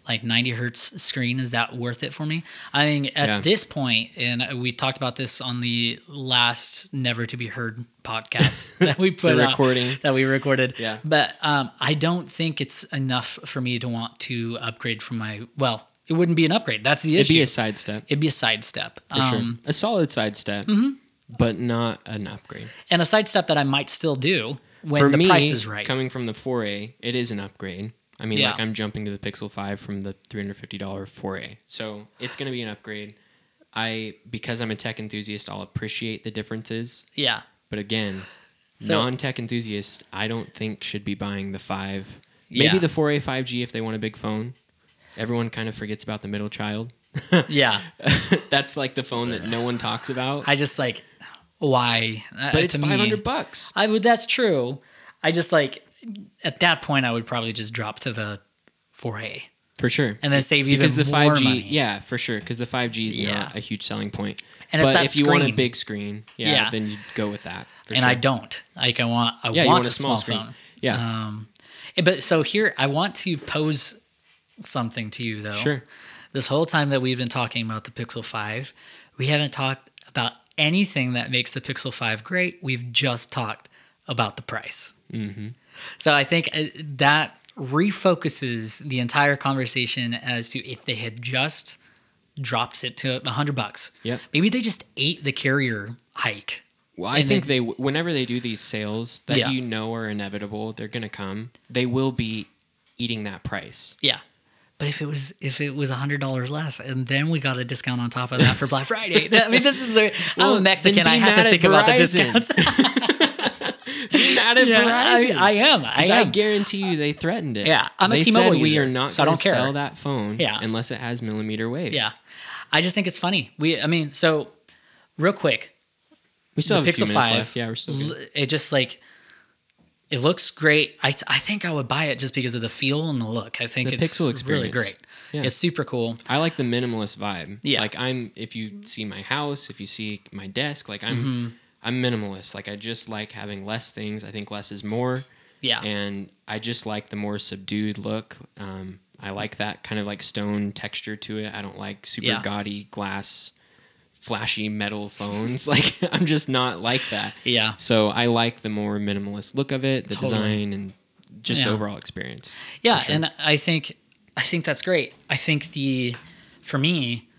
A: like ninety hertz screen is that worth it for me? I mean, at
B: Yeah.
A: this point, and we talked about this on the last never to be heard podcast <laughs> that we put
B: The
A: out-
B: recording.
A: that we recorded.
B: Yeah.
A: But um, I don't think it's enough for me to want to upgrade from my. Well, it wouldn't be an upgrade. That's the
B: It'd
A: issue.
B: be a sidestep.
A: It'd be a sidestep.
B: For
A: Um, mm-hmm.
B: sure. A solid sidestep, but not an upgrade.
A: And a sidestep that I might still do when
B: for
A: the
B: me,
A: price is right.
B: coming from the 4A, it is an upgrade. I mean,
A: Yeah.
B: like I'm jumping to the Pixel 5 from the $350 4A. So it's going to be an upgrade. I, because I'm a tech enthusiast, I'll appreciate the differences. <laughs>
A: yeah.
B: But again,
A: So-
B: non-tech enthusiasts, I don't think should be buying the five. Maybe
A: Yeah.
B: the 4A 5G if they want a big phone. Everyone kind of forgets about the middle child. <laughs>
A: Yeah.
B: That's like the phone that no one talks about.
A: I just like, why? Uh,
B: but it's 500 bucks.
A: I would, that's true. I just like, at that point, I would probably just drop to the 4A
B: For sure.
A: and then save even
B: because the
A: more
B: 5G,
A: money.
B: yeah, for sure. Because the 5G is
A: Yeah.
B: not a huge selling point.
A: And it's
B: but
A: that
B: if you want a
A: screen.
B: big screen, yeah,
A: Yeah.
B: then you go with that. For
A: and
B: sure.
A: I don't. Like, I want, I want,
B: yeah, you want
A: a, small, phone.
B: Yeah,
A: Um, but so here, I want to pose something to you though.
B: sure.
A: this whole time that we've been talking about the Pixel 5, we haven't talked about anything that makes the Pixel 5 great. We've just talked about the price. Mm-hmm. So I think uh, that refocuses the entire conversation as to if they had just dropped it to 100 bucks.
B: Yep.
A: Maybe they just ate the carrier hike.
B: Well, I
A: And
B: think
A: then-
B: they, whenever they do these sales that
A: Yeah.
B: you know are inevitable, they're gonna come. They will be eating that price. <laughs>
A: Yeah. But if it was if it was hundred dollars less, and then we got a discount on top of that for Black Friday, I mean, this is a, I'm
B: Well,
A: a Mexican.
B: then
A: I
B: be
A: have to
B: mad at
A: think about the
B: Verizon.
A: discounts.
B: <laughs>
A: <laughs>
B: Not at
A: I,
B: Verizon.
A: I am. I
B: 'Cause I,
A: am.
B: guarantee you, they threatened it.
A: Yeah, I'm a
B: they
A: T-Mobile
B: said we
A: user,
B: are not
A: so I
B: going
A: don't
B: to
A: care.
B: sell that phone
A: Yeah.
B: unless it has millimeter wave.
A: yeah, I just think it's funny. We, I mean, so real quick,
B: we still
A: the
B: have a few
A: Pixel Mm-hmm.
B: minutes
A: 5,
B: left. Yeah, we're still good.
A: l- it just like it looks great. I th- I think I would buy it just because of the feel and the look. I think
B: The
A: it's
B: Pixel
A: really
B: experience.
A: great.
B: Yeah.
A: It's super cool.
B: I like the minimalist vibe.
A: Yeah.
B: Like I'm if you see my house, if you see my desk, like I'm
A: Mm-hmm.
B: I'm minimalist. Like I just like having less things. I think less is more.
A: Yeah,
B: And I just like the more subdued look. Um I like that kind of like stone texture to it. I don't like super
A: Yeah.
B: gaudy glass flashy metal phones. <laughs> like I'm just not like that.
A: yeah.
B: So I like the more minimalist look of it, the
A: Totally.
B: design and just
A: Yeah.
B: the overall experience.
A: yeah
B: for sure.
A: and i think i think that's great i think the for me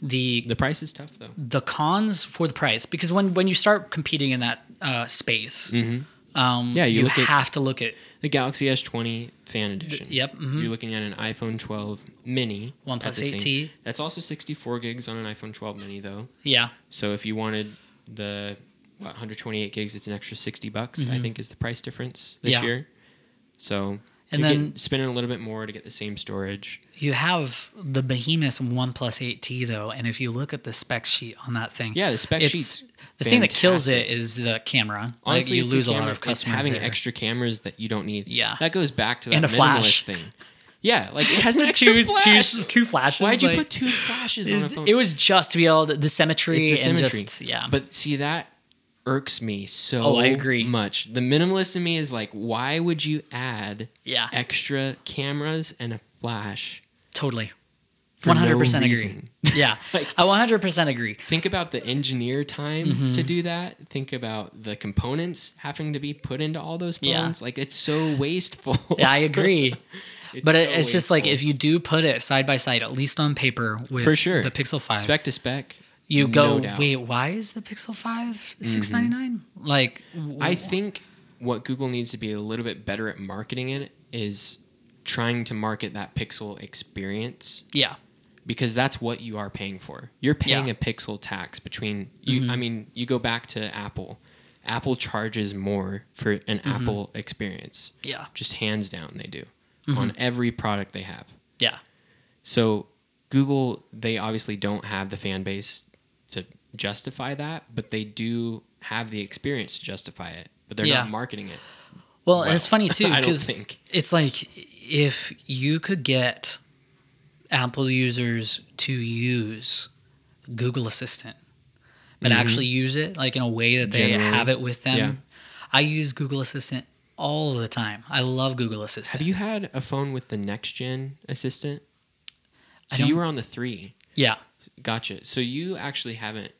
A: the
B: The price is tough though.
A: the cons for the price because when when you start competing in that uh space um
B: Mm-hmm. Yeah, you
A: you,
B: look at-
A: have to look at
B: The Galaxy S20 Fan Edition.
A: yep, mhm.
B: You're looking at an iPhone 12 mini.
A: One
B: at
A: plus
B: the same-
A: 8T.
B: That's also 64 gigs on an iPhone 12 mini though.
A: yeah
B: So if you wanted the what, 128 gigs, it's an extra 60 bucks. I think is the price difference this
A: Mm-hmm. Yeah.
B: year. So
A: And
B: you're
A: then-
B: getting- spending a little bit more to get the same storage.
A: you have the behemoth one plus 8t though and if you look at the spec sheet on that thing
B: Yeah, the spec
A: it's
B: sheet's
A: the thing that kills it
B: fantastic.
A: is the camera
B: Honestly,
A: like
B: it's
A: you
B: the
A: lose a
B: camera-
A: lot of
B: it's
A: customers
B: having
A: there.
B: extra cameras that you don't need.
A: Yeah.
B: that goes back to that
A: And a
B: minimalist
A: flash.
B: thing. Yeah, like it has an extra
A: <laughs> two,
B: flash.
A: two, two flashes.
B: Why'd you
A: like-
B: put two flashes on a phone?
A: It, it was just to be able to the symmetry
B: it's the
A: and
B: symmetry.
A: just yeah.
B: But see that irks me so
A: Oh, I agree.
B: much. The minimalist in me is like, why would you add
A: yeah,
B: extra cameras and a flash? <laughs>
A: totally.
B: for
A: One
B: no
A: hundred percent agree.
B: reason?
A: Yeah,
B: Like-
A: I one hundred percent agree.
B: Think about the engineer time
A: Mm-hmm.
B: to do that. Think about the components having to be put into all those
A: Yeah.
B: phones. Like it's so wasteful.
A: Yeah, I agree.
B: <laughs> It's
A: but it,
B: so
A: it's just like if
B: wasteful.
A: you do put it side by side, at least on paper with
B: For sure.
A: the Pixel Five,
B: spec to spec.
A: you go.
B: no doubt. Mm-hmm.
A: Wait, why is the Pixel Five six ninety nine? Like, w-
B: I think what Google needs to be a little bit better at marketing it is trying to market that pixel experience
A: yeah,
B: because that's what you are paying for. You're paying
A: Yeah. Mm-hmm.
B: a pixel tax between you I mean, you go back to Apple. Apple charges more for an
A: Mm-hmm.
B: Apple experience.
A: yeah,
B: Just hands down they do
A: Mm-hmm.
B: on every product they have.
A: yeah,
B: So Google, they obviously don't have the fan base to justify that, but they do have the experience to justify it. But they're
A: Yeah.
B: not marketing it.
A: Well,
B: well.
A: it's funny too
B: <laughs> I don't
A: because
B: think.
A: it's like if you could get Apple users to use Google Assistant, but actually use it like in a way that they
B: Mm-hmm. Generally.
A: have it with them.
B: Yeah.
A: I use Google Assistant all the time. I love Google Assistant.
B: Have you had a phone with the next gen assistant?
A: I
B: So you
A: don't-
B: were on the three.
A: yeah,
B: Gotcha. So you actually haven't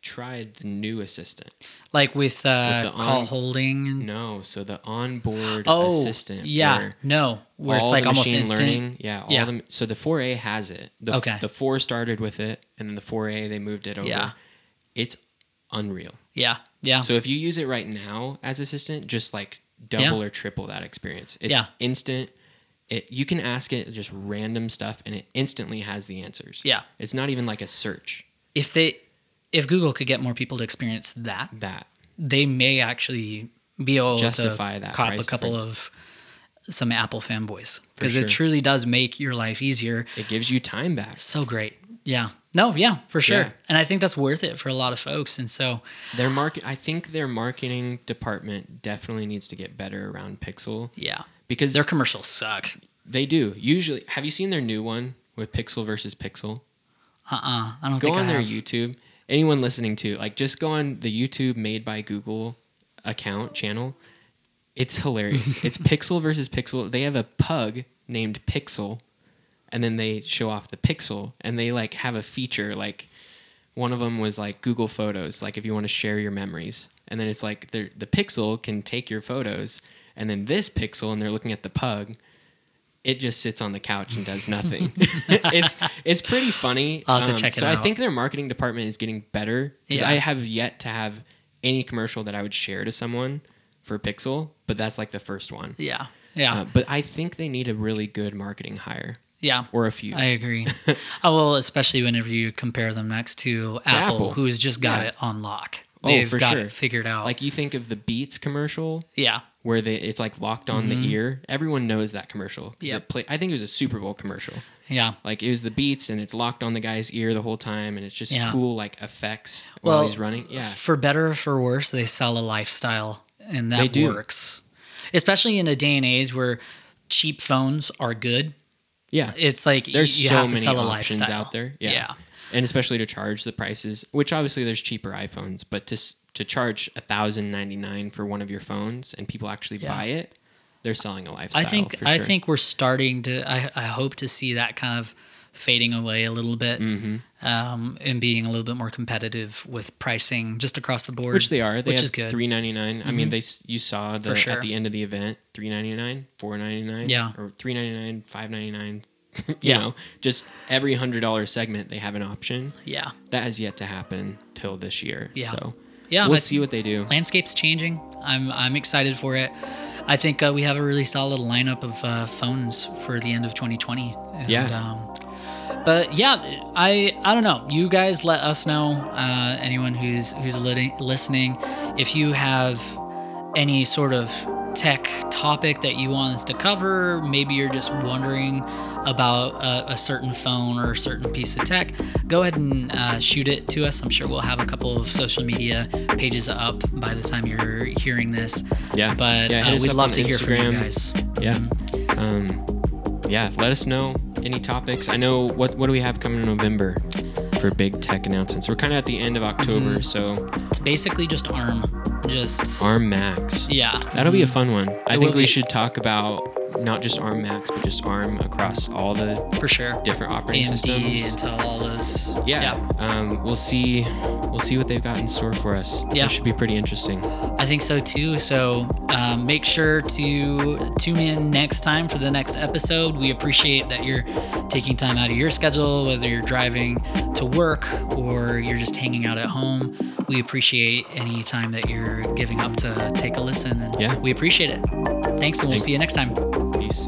B: tried the new assistant.
A: like with, uh,
B: With the
A: call
B: on-
A: holding. And,
B: No. So the onboard
A: oh,
B: assistant.
A: yeah,
B: where
A: no, where it's
B: all
A: like
B: the
A: almost
B: machine
A: instant.
B: learning. Yeah. All
A: Yeah.
B: The, so the 4A has it. The, f-
A: Okay.
B: The 4 started with it, and then the 4A, they moved it over.
A: Yeah.
B: It's unreal.
A: Yeah, yeah,
B: So if you use it right now as assistant, just like double or triple that experience. It's
A: Yeah.
B: instant. It you can ask it just random stuff and it instantly has the answers.
A: yeah.
B: It's not even like a search.
A: If they, if Google could get more people to experience that,
B: That
A: they may actually be able
B: Justify
A: to
B: that
A: cop
B: price
A: a couple
B: difference.
A: of some Apple fanboys because
B: sure.
A: it truly does make your life easier.
B: it gives you time back.
A: So great. Yeah. No, yeah, for sure.
B: Yeah.
A: And I think that's worth it for a lot of folks. And so,
B: Their market I think their marketing department definitely needs to get better around Pixel
A: yeah,
B: because
A: their commercials suck.
B: they do. Usually have you seen their new one with Pixel versus Pixel?
A: Uh uh I don't
B: go
A: think
B: on
A: I
B: their
A: have.
B: YouTube. Anyone listening to like just go on the YouTube made by Google account channel. It's
A: <laughs>
B: hilarious. it's Pixel versus Pixel. They have a pug named Pixel, and then they show off the Pixel, and they like have a feature like one of them was like Google Photos, like if you want to share your memories, and then it's like the the Pixel can take your photos, and then this Pixel, and they're looking at the pug. It just sits on the couch and does nothing. <laughs> it's it's pretty funny. Um,
A: I'll have to check it
B: so I
A: out.
B: think their marketing department is getting better because
A: Yeah.
B: I have yet to have any commercial that I would share to someone for Pixel, but that's like the first one.
A: Yeah. Yeah.
B: Uh, but I think they need a really good marketing hire
A: yeah.
B: or a few.
A: I
B: <laughs>
A: agree. I will, especially whenever you compare them next to Apple,
B: Apple.
A: who's just got
B: Yeah.
A: it on lock.
B: Oh,
A: They've
B: for
A: got
B: sure.
A: it figured out.
B: like you think of the Beats commercial
A: yeah.
B: where they it's like locked on the ear. Everyone knows that commercial. 'cause
A: Mm-hmm. Yep.
B: it play, I think it was a Super Bowl commercial.
A: Yeah.
B: Like it was the Beats and it's locked on the guy's ear the whole time and it's just
A: Yeah.
B: cool like effects while
A: Well,
B: he's running. Yeah.
A: For better or for worse, they sell a lifestyle, and that
B: They do.
A: works. Especially in a day and age where cheap phones are good.
B: Yeah.
A: It's like y-
B: There's
A: you
B: so
A: have to
B: many
A: sell a
B: options
A: lifestyle
B: out there. Yeah.
A: Yeah.
B: And especially to charge the prices, which obviously there's cheaper iPhones, but to s- to charge a thousand ninety nine for one of your phones and people actually
A: Yeah.
B: buy it, they're selling a lifestyle.
A: I think
B: for
A: I
B: sure.
A: think we're starting to. I, I hope to see that kind of fading away a little bit,
B: Mm-hmm.
A: um, and being a little bit more competitive with pricing just across the board.
B: which they are. They
A: which
B: have
A: is good. Mm-hmm.
B: Three ninety nine. I mean, they s- you saw the
A: sure.
B: at the end of the event three ninety nine, four ninety nine,
A: Yeah.
B: or three ninety nine, five ninety nine. <laughs> You
A: Yeah.
B: know, just every hundred dollar segment they have an option
A: yeah.
B: that has yet to happen till this year.
A: Yeah.
B: So
A: Yeah.
B: we'll
A: but-
B: see what they do.
A: landscape's changing. I'm I'm excited for it. I think uh, we have a really solid lineup of uh, phones for the end of 2020. And,
B: Yeah.
A: Um, but yeah, I I don't know. You guys let us know. Uh, anyone who's who's lit- listening, if you have any sort of tech topic that you want us to cover, maybe you're just wondering about a, a certain phone or a certain piece of tech, go ahead and uh, shoot it to us. I'm sure we'll have a couple of social media pages up by the time you're hearing this.
B: Yeah.
A: But
B: Yeah, hit
A: uh,
B: us
A: we'd
B: up
A: love
B: on
A: to hear from you
B: Instagram.
A: guys.
B: Yeah. Um, yeah, let us know any topics. I know what what do we have coming in November for big tech announcements. We're kind of at the end of October, so
A: It's basically just arm. Just
B: ARM Max.
A: Yeah.
B: That'll be a fun one. I
A: Mm-hmm. It
B: think
A: will
B: we
A: be.
B: should talk about not just ARM Max, but just ARM across all the
A: for sure.
B: different operating
A: AMD,
B: systems.
A: Intel, all those.
B: Yeah. Um, we'll see. We'll see what they've got in store for us.
A: Yeah.
B: That should be pretty interesting.
A: I think so too. So um, make sure to tune in next time for the next episode. We appreciate that you're taking time out of your schedule, whether you're driving to work or you're just hanging out at home. We appreciate any time that you're giving up to take a listen. And
B: Yeah.
A: we appreciate it. Thanks, and we'll
B: Thanks.
A: see you next time.
B: Peace.